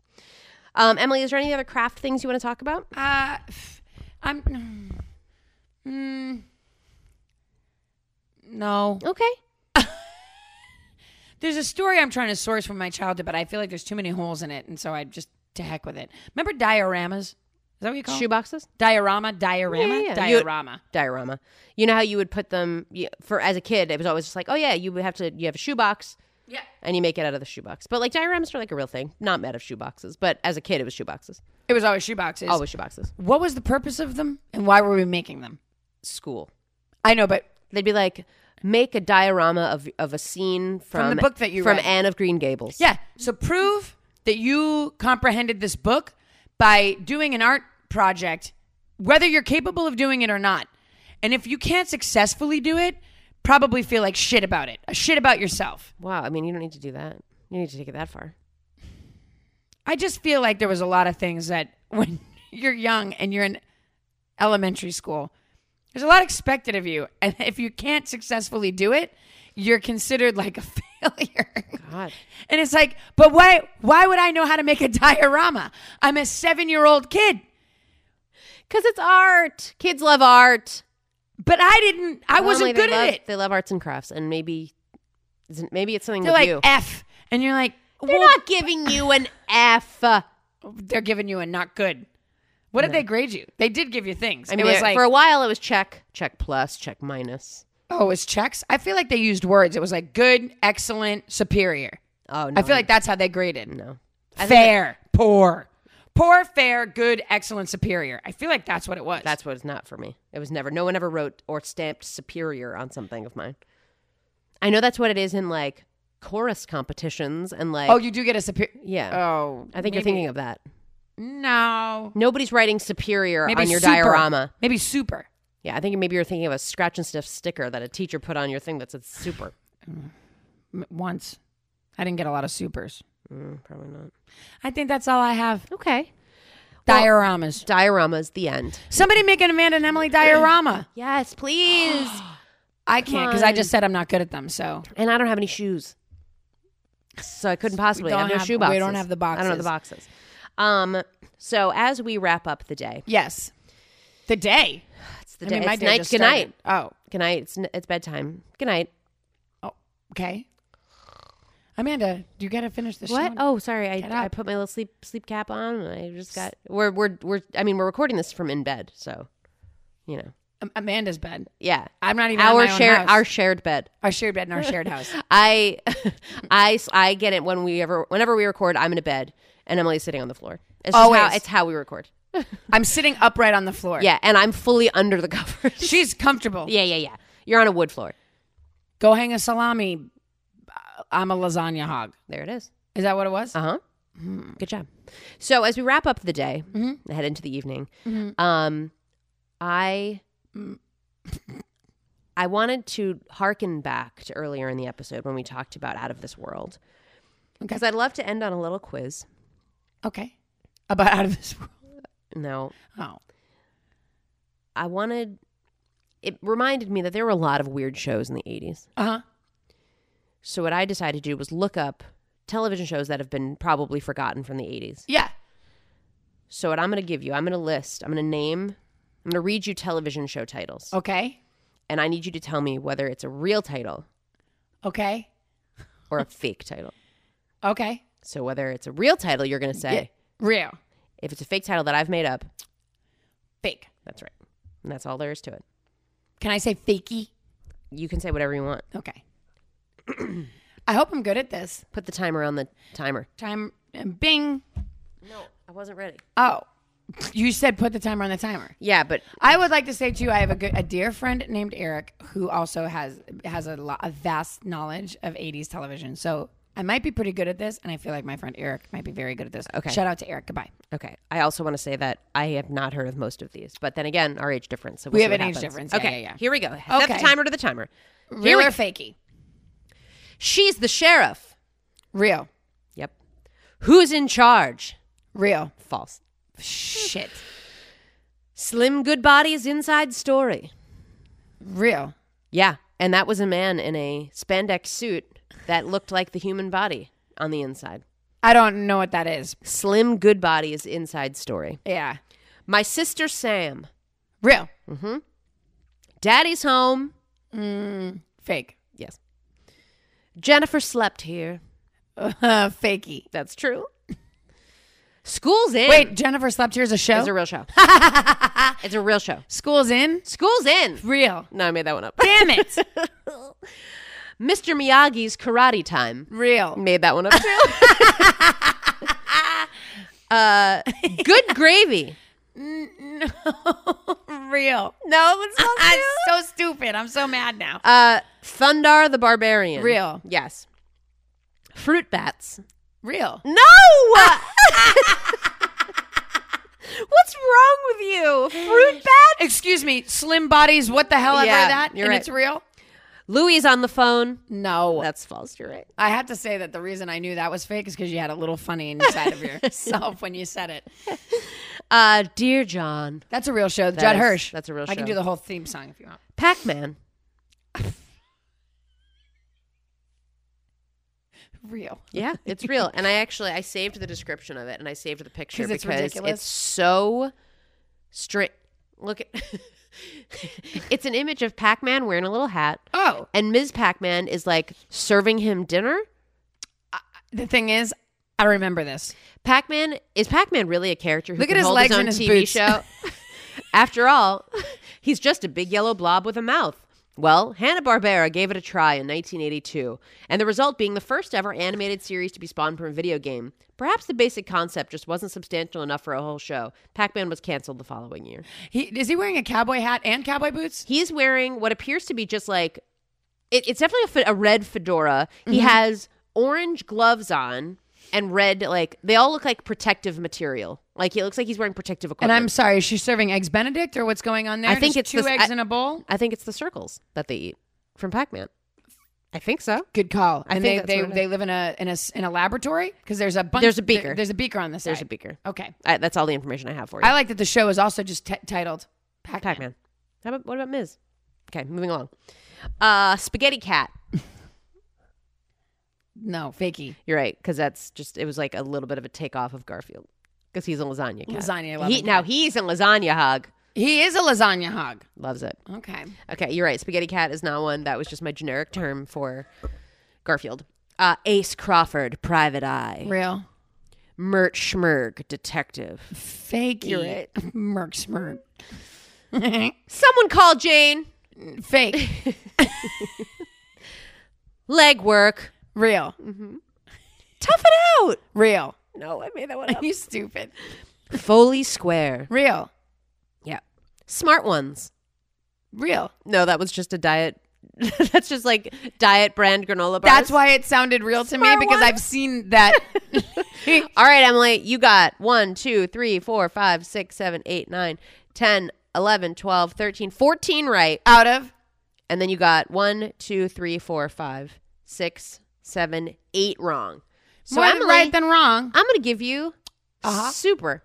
S1: Um, Emily, is there any other craft things you want to talk about?
S2: Uh, f- I'm. hmm, Mm, no.
S1: Okay.
S2: There's a story I'm trying to source from my childhood, but I feel like there's too many holes in it, and so I just to heck with it. Remember dioramas? that what you call it?
S1: Shoeboxes?
S2: Diorama, diorama,
S1: Yeah, yeah, yeah. You-
S2: diorama.
S1: Diorama. You know how you would put them you- for as a kid? It was always just like, oh yeah, you would have to. You have a shoebox.
S2: Yeah.
S1: And you make it out of the shoebox. But like dioramas are like a real thing, not made of shoeboxes. But as a kid, it was shoeboxes.
S2: It was always shoeboxes.
S1: Always shoeboxes.
S2: What was the purpose of them, and why were we making them?
S1: School.
S2: I know, but
S1: They'd be like, make a diorama of of a scene from,
S2: the book that you
S1: from
S2: read.
S1: Anne of Green Gables.
S2: yeah. So prove that you comprehended this book by doing an art project, whether you're capable of doing it or not. And if you can't successfully do it, probably feel like shit about it, a shit about yourself.
S1: Wow. I mean, you don't need to do that. You need to take it that far.
S2: I just feel like there was a lot of things that when you're young and you're in elementary school, there's a lot expected of you. And if you can't successfully do it, you're considered like a failure.
S1: God.
S2: And it's like, but why why would I know how to make a diorama? I'm a 7-year-old kid.
S1: Because it's art. Kids love art.
S2: But I didn't I
S1: Normally
S2: wasn't
S1: they
S2: good
S1: love-
S2: at it.
S1: They love arts and crafts, and maybe isn't- maybe it's something
S2: They're
S1: with
S2: like
S1: you.
S2: F and you're like,
S1: They're
S2: well,
S1: not giving you an F. I
S2: they're giving you a not good. What did they grade you? They did give you things.
S1: mean,
S2: it was
S1: there-
S2: like
S1: for a while, it was check, check plus, check minus.
S2: Oh, it was checks? I feel like they used words. It was like good, excellent, superior.
S1: Oh no,
S2: I feel like that's how they graded.
S1: no.
S2: fair, poor. Poor, fair, good, excellent, superior. I feel like that's what it was.
S1: That's what it's not for me. It was never. No one ever wrote or stamped superior on something of mine. I know that's what it is in like chorus competitions and like.
S2: Oh, you do get a superior.
S1: yeah.
S2: Oh.
S1: I think you're
S2: maybe-
S1: thinking of that.
S2: No.
S1: Nobody's writing superior
S2: Maybe
S1: on your
S2: super.
S1: diorama.
S2: Maybe super.
S1: Yeah, I think maybe you're thinking of a scratch and sniff sticker that a teacher put on your thing that said super.
S2: M- Once. I didn't get a lot of supers.
S1: Mm, probably not.
S2: I think that's all I have.
S1: Okay.
S2: Dioramas.
S1: Dioramas, the end.
S2: Somebody make an Amanda and Emily diorama.
S1: Yes, please.
S2: I can't because I just said I'm not good at them. So
S1: and I don't have any shoes. So I couldn't possibly. I
S2: don't
S1: have no
S2: have-
S1: shoe
S2: we
S1: boxes.
S2: don't have the
S1: I don't have the boxes. Um, so as we wrap up the day,
S2: yes. The day.
S1: it's the
S2: I
S1: day.
S2: mean, my
S1: it's
S2: day
S1: night.
S2: just
S1: Good night.
S2: started.
S1: Good night. It's, n- it's bedtime. Good night.
S2: Oh, oh, okay. Amanda, do you gotta finish this?
S1: What?
S2: Show?
S1: Oh, sorry.
S2: Get
S1: I,
S2: up.
S1: I put my little sleep sleep cap on. And I just got. We're we're we're. I mean, we're recording this from in bed, so you know.
S2: Am- Amanda's bed.
S1: Yeah.
S2: I'm not even
S1: Our
S2: at my own
S1: shared
S2: house.
S1: our shared bed.
S2: our shared bed in our shared house.
S1: I, I, I get it when we ever, whenever we record, I'm in a bed and Emily's sitting on the floor. It's just
S2: Always.
S1: how, it's how we record.
S2: I'm sitting upright on the floor.
S1: Yeah, and I'm fully under the covers.
S2: she's comfortable.
S1: yeah, yeah, yeah. You're on a wood floor.
S2: Go hang a salami. Uh, I'm a lasagna hog.
S1: There it is.
S2: Is that what it was?
S1: Uh huh. Good job. So as we wrap up the day, head into the evening. Um, I, Mm. I wanted to hearken back to earlier in the episode when we talked about out of this world, because I'd love to end on a little quiz. Uh-huh.
S2: okay. About out of this world.
S1: No,
S2: Oh,
S1: I wanted. It reminded me that there were a lot of weird shows in the 80s.
S2: uh huh.
S1: So, what I decided to do was look up television shows that have been probably forgotten from the 80s.
S2: Yeah.
S1: So, what I'm going to give you, I'm going to list, I'm going to name, I'm going to read you television show titles.
S2: Okay.
S1: And I need you to tell me whether it's a real title
S2: Okay.
S1: or a fake title.
S2: Okay.
S1: So, whether it's a real title, you're going to say,
S2: Yeah. Real.
S1: if it's a fake title that I've made up,
S2: Fake.
S1: that's right. And that's all there is to it.
S2: Can I say fakey?
S1: You can say whatever you want.
S2: Okay. I hope I'm good at this.
S1: Put the timer on the timer.
S2: Time and bing.
S1: No, I wasn't ready.
S2: Oh, you said put the timer on the timer.
S1: Yeah, but
S2: I would like to say too, I have a good, a dear friend named Eric who also has has a lot, a vast knowledge of '80s television. So I might be pretty good at this, and I feel like my friend Eric might be very good at this.
S1: Okay.
S2: shout out to Eric. Goodbye.
S1: Okay. I also want to say that I have not heard of most of these, but then again, our age difference. So we'll
S2: We
S1: see
S2: have
S1: what
S2: an age
S1: happens.
S2: difference. Yeah,
S1: okay.
S2: yeah, yeah.
S1: Here we go. Set
S2: Okay.
S1: the timer to the timer.
S2: Real
S1: we
S2: or
S1: go.
S2: fakey?
S1: She's the sheriff.
S2: Real,
S1: Yep. Who's in charge?
S2: real.
S1: False.
S2: Shit,
S1: Slim Goodbody's inside story.
S2: real.
S1: Yeah. And that was a man in a spandex suit that looked like the human body on the inside.
S2: I don't know what that is.
S1: Slim Goodbody's inside story.
S2: Yeah,
S1: My sister Sam.
S2: real,
S1: Daddy's home.
S2: fake,
S1: Yes. Jennifer slept here.
S2: uh, fakey,
S1: That's true. School's in.
S2: Wait, Jennifer slept here is a show.
S1: It's a real show. it's a real show.
S2: School's in.
S1: School's in.
S2: Real.
S1: No, I made that one up.
S2: Damn it.
S1: Mr. Miyagi's Karate Time.
S2: Real.
S1: Made that one up too. uh, good gravy.
S2: Real.
S1: No, it's not
S2: I'm so stupid. I'm so mad now.
S1: Uh, Thundar the Barbarian.
S2: Real.
S1: Yes. Fruit bats.
S2: Real.
S1: No! What's wrong with you? Fruit bat?
S2: Excuse me. Slim bodies. What the hell ever
S1: Yeah,
S2: that?
S1: you're
S2: and
S1: right.
S2: it's real.
S1: Louie's on the phone.
S2: No.
S1: That's false. You're right.
S2: I had to say that the reason I knew that was fake is because you had a little funny inside of yourself when you said it.
S1: Uh, Dear John.
S2: That's a real show.
S1: That
S2: Judd
S1: is-
S2: Hirsch.
S1: that's a real
S2: I can
S1: show.
S2: do the whole theme song if you want.
S1: Pac Man.
S2: Real.
S1: Yeah, it's real. and I actually I saved the description of it and I saved the picture
S2: 'Cause
S1: because
S2: it's ridiculous?
S1: it's so straight. Look at It's an image of Pac-Man wearing a little hat
S2: Oh,
S1: and Ms. Pac-Man is like serving him dinner.
S2: the thing is, I remember this.
S1: Pac-Man is Pac-Man really a character who
S2: Look at
S1: can
S2: his
S1: hold
S2: legs
S1: his own
S2: and his
S1: TV
S2: boots.
S1: show? After all, he's just a big yellow blob with a mouth. Well, Hanna-Barbera gave it a try in 1982, and the result being the first ever animated series to be spawned from a video game. Perhaps the basic concept just wasn't substantial enough for a whole show. Pac-Man was canceled the following year.
S2: He is he wearing a cowboy hat and cowboy boots?
S1: He is wearing what appears to be just like it, it's definitely a, fe- a red fedora.
S2: Mm-hmm.
S1: He has orange gloves on and red like they all look like protective material. Like it looks like he's wearing protective
S2: And
S1: equipment.
S2: I'm sorry, is she serving eggs Benedict or what's going on there?
S1: I think
S2: Just
S1: it's
S2: two
S1: this-
S2: eggs
S1: I-
S2: in a bowl.
S1: I think it's the circles that they eat from Pac-Man. I think so.
S2: Good call.
S1: I
S2: and
S1: think that's
S2: they they,
S1: what it
S2: they live in a in a s- in a laboratory because there's a bunch.
S1: There's a
S2: there-
S1: beaker.
S2: there's a beaker on the side.
S1: There's a beaker.
S2: Okay,
S1: I, that's all the information I have for you.
S2: I like that the show is also just t- titled Pac-Man.
S1: Pac-Man. How about what about Miz? Okay, moving along. Uh, Spaghetti Cat.
S2: No, fakey.
S1: You're right, because that's just it was like a little bit of a takeoff of Garfield, because he's a lasagna cat.
S2: Lasagna
S1: He,
S2: loving
S1: now
S2: cat.
S1: he's a lasagna hog.
S2: He is a lasagna hog.
S1: Loves it.
S2: Okay.
S1: Okay, you're right. Spaghetti cat is not one. That was just my generic term for Garfield. Uh, Ace Crawford, Private Eye,
S2: Real.
S1: Mert Schmerg, Detective.
S2: Fakey.
S1: You're right.
S2: Merc smirk.
S1: Someone call Jane.
S2: Fake.
S1: Legwork.
S2: Real.
S1: Tough it out.
S2: Real.
S1: No, I made that one up.
S2: You stupid.
S1: Foley Square.
S2: Real.
S1: Yeah. Smart ones.
S2: Real.
S1: No, that was just a diet. That's just like diet brand granola bars.
S2: That's why it sounded real to me
S1: Smart
S2: because
S1: one.
S2: I've seen that.
S1: All right, Emily, you got one, two, three, four, five, six, seven, eight, nine, 10, 11, 12, 13, 14 right.
S2: out of
S1: And then you got one, two, three, four, five, six, seven, eight wrong. So
S2: more
S1: Emily,
S2: than right than wrong.
S1: I'm going to give you
S2: Uh-huh.
S1: super.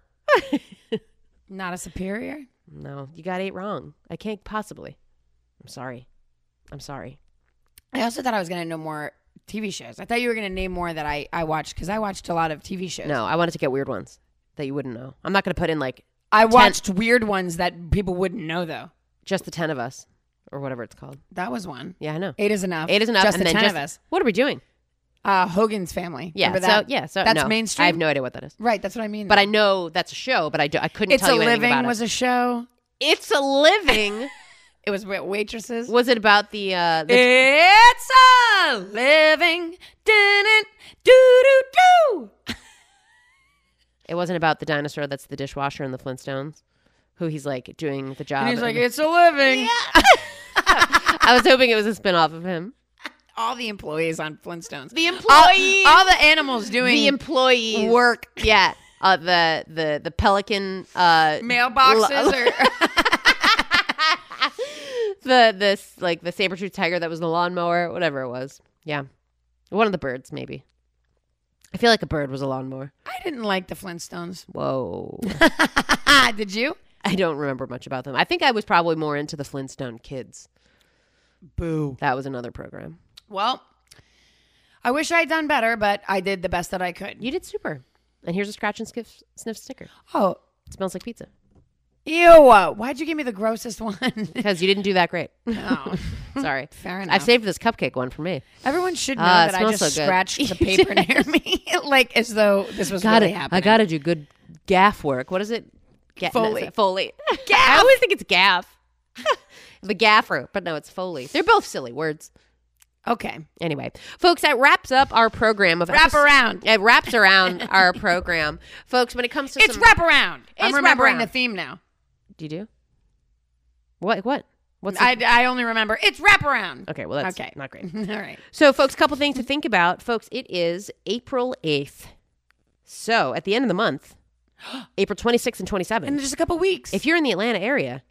S2: Not a superior.
S1: No, you got eight wrong. I can't possibly. I'm sorry. I'm sorry.
S2: I also thought I was going to know more TV shows. I thought you were going to name more that I I watched because I watched a lot of TV shows.
S1: No, I wanted to get weird ones that you wouldn't know. I'm not going to put in like
S2: I watched weird ones that people wouldn't know though.
S1: just the 10 of us or whatever it's called.
S2: That was one.
S1: Yeah, I know.
S2: Eight is enough.
S1: Eight is enough.
S2: Just
S1: and
S2: the
S1: then
S2: ten
S1: just,
S2: of us.
S1: What are we doing?
S2: Uh, Hogan's Family.
S1: Yeah.
S2: Remember
S1: So
S2: that?
S1: yeah. So
S2: that's
S1: no,
S2: mainstream.
S1: I have no idea what that is,
S2: Right. That's what I mean.
S1: but I know that's a show. But I do, I couldn't
S2: It's
S1: tell
S2: a
S1: you anything
S2: Living
S1: about
S2: was
S1: it.
S2: a show.
S1: It's a living.
S2: It was with waitresses.
S1: was it about the? Uh, the
S2: It's a living. Didn't do do do.
S1: it wasn't about the dinosaur that's the dishwasher in the Flintstones, who he's like doing the job.
S2: And he's like,
S1: and-
S2: it's a living.
S1: I was hoping it was a spin off of him.
S2: All the employees on Flintstones.
S1: The
S2: all,
S1: employees.
S2: all the animals doing
S1: the employees
S2: work.
S1: Yeah. Uh, the the the pelican uh
S2: mailboxes
S1: lo-
S2: or
S1: the this like the saber tooth tiger that was the lawnmower, whatever it was. Yeah, one of the birds maybe. I feel like a bird was a lawnmower.
S2: I didn't like the Flintstones. Ah,
S1: Whoa,
S2: Did you?
S1: I don't remember much about them. I think I was probably more into the Flintstone Kids.
S2: Boo.
S1: That was another program.
S2: Well, I wish I had done better, but I did the best that I could.
S1: You did super. And here's a scratch and sniff, sniff sticker.
S2: Oh,
S1: It smells like pizza.
S2: Ew. uh, Why'd you give me the grossest one?
S1: because you didn't do that great.
S2: oh,
S1: Sorry.
S2: fair enough.
S1: I've saved this cupcake one for me.
S2: Everyone should know
S1: Ah, it
S2: that I
S1: smells
S2: just
S1: so good.
S2: scratched the paper near me, like as though this was
S1: Got
S2: really
S1: it.
S2: happening.
S1: I gotta do good gaff work. What is it? Ga- no,
S2: Foley.
S1: it's not Foley. I always think it's gaff. the gaffer, but no, it's Foley. They're both silly words.
S2: Okay,
S1: Anyway, folks, that wraps up our program of
S2: wrap
S1: episodes-
S2: around.
S1: It wraps around our program, folks. When it comes to
S2: It's
S1: some-
S2: wrap around. I'm
S1: It's
S2: remembering
S1: wraparound.
S2: the theme now.
S1: do you do what? What? What's the-
S2: I, I only remember it's wrap around.
S1: okay? Well, that's
S2: Okay. Mm-hmm.
S1: not great.
S2: All right.
S1: So, folks, couple things to think about. Folks, it is April 8th. So, at the end of the month, April 26th and 27th,
S2: In just a couple weeks.
S1: if you're in the Atlanta area,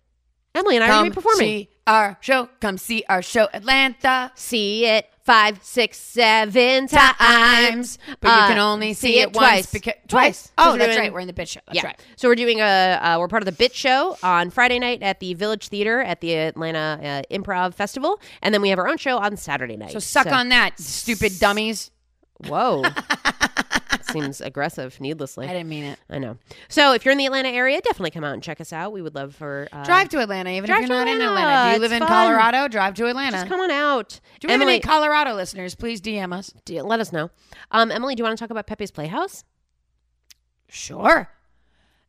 S1: Emily and I are
S2: come
S1: going to be performing.
S2: see our show, come see our show, Atlanta.
S1: See it five, six, seven times.
S2: But
S1: Uh,
S2: you can only see, it, once. Beca- twice. Oh, that's right. We're in the bitch show. That's
S1: yeah.
S2: right.
S1: So we're doing a uh, we're part of the Bit Show on Friday night at the Village Theater at the Atlanta uh, Improv Festival, and then we have our own show on Saturday night.
S2: So suck on that, stupid dummies.
S1: Whoa, seems aggressive, needlessly.
S2: I didn't mean it.
S1: I know. So if you're in the Atlanta area, definitely come out and check us out. We would love for uh,
S2: Drive to Atlanta, even if
S1: drive
S2: you're
S1: to
S2: not in
S1: Atlanta.
S2: Atlanta. Do you
S1: It's
S2: live
S1: fun.
S2: in Colorado? Drive to Atlanta.
S1: Just come on out.
S2: Do we
S1: Emily,
S2: have any Colorado listeners? Please DM us.
S1: do you- let us know. Um, Emily, do you want to talk about Pepe's Playhouse?
S2: Sure.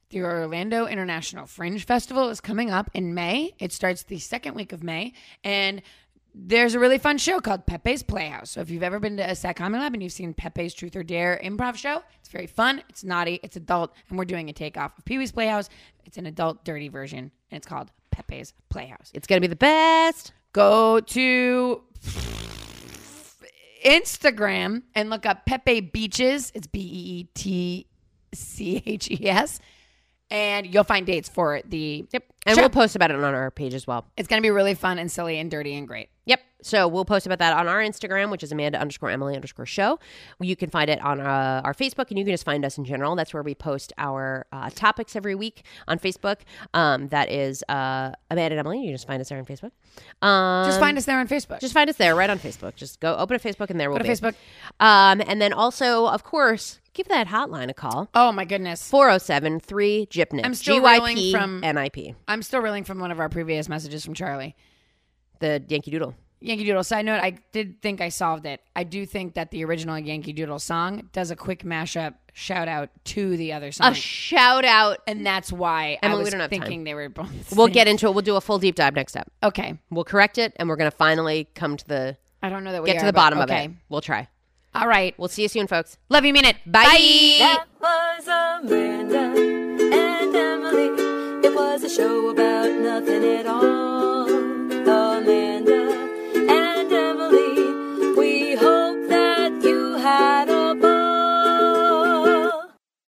S2: The Orlando International Fringe Festival is coming up in May. It starts the second week of May, and there's a really fun show called Pepe's Playhouse. So if you've ever been to a Sat Comedy Lab and you've seen Pepe's Truth or Dare improv show, it's very fun. It's naughty. It's adult, and we're doing a takeoff of Pee Wee's Playhouse. It's an adult, dirty version, and it's called Pepe's Playhouse.
S1: It's gonna be the best.
S2: go to Instagram and look up Pepe Beaches. It's B E E T C H E S. And you'll find dates for the. Yep.
S1: And we'll post about it on our page as well.
S2: it's going to be really fun and silly and dirty and great.
S1: Yep. So we'll post about that on our Instagram, which is Amanda underscore Emily underscore show. You can find it on uh, our Facebook, and you can just find us in general. That's where we post our uh, topics every week on Facebook. Um, that is uh, Amanda and Emily. You just find us there on Facebook. Um,
S2: Just find us there on Facebook.
S1: Just find us there, right on Facebook. Just go open a Facebook, and there we'll
S2: to
S1: be.
S2: Facebook.
S1: Um, and then also, of course, give that hotline a call.
S2: oh my goodness.
S1: 407 3 GYPNIP.
S2: I'm still reeling from-
S1: NIP.
S2: I'm still reeling from one of our previous messages from Charlie.
S1: The Yankee Doodle.
S2: Yankee Doodle. Side note, I did think I solved it. I do think that the original Yankee Doodle song does a quick mashup shout out to the other song.
S1: A shout out.
S2: and that's why
S1: Oh, Emily,
S2: I
S1: we
S2: was
S1: don't have time.
S2: thinking they were both.
S1: We'll get into it. We'll do a full deep dive next up.
S2: Okay.
S1: We'll correct it, and we're going to finally come to the
S2: I don't know that we
S1: get
S2: are,
S1: to the
S2: but
S1: bottom
S2: okay.
S1: of it. We'll try.
S2: All right.
S1: We'll see you soon, folks.
S2: Love you, mean it.
S1: Bye.
S3: That was Amanda and Emily. It was a show about nothing at all. Amanda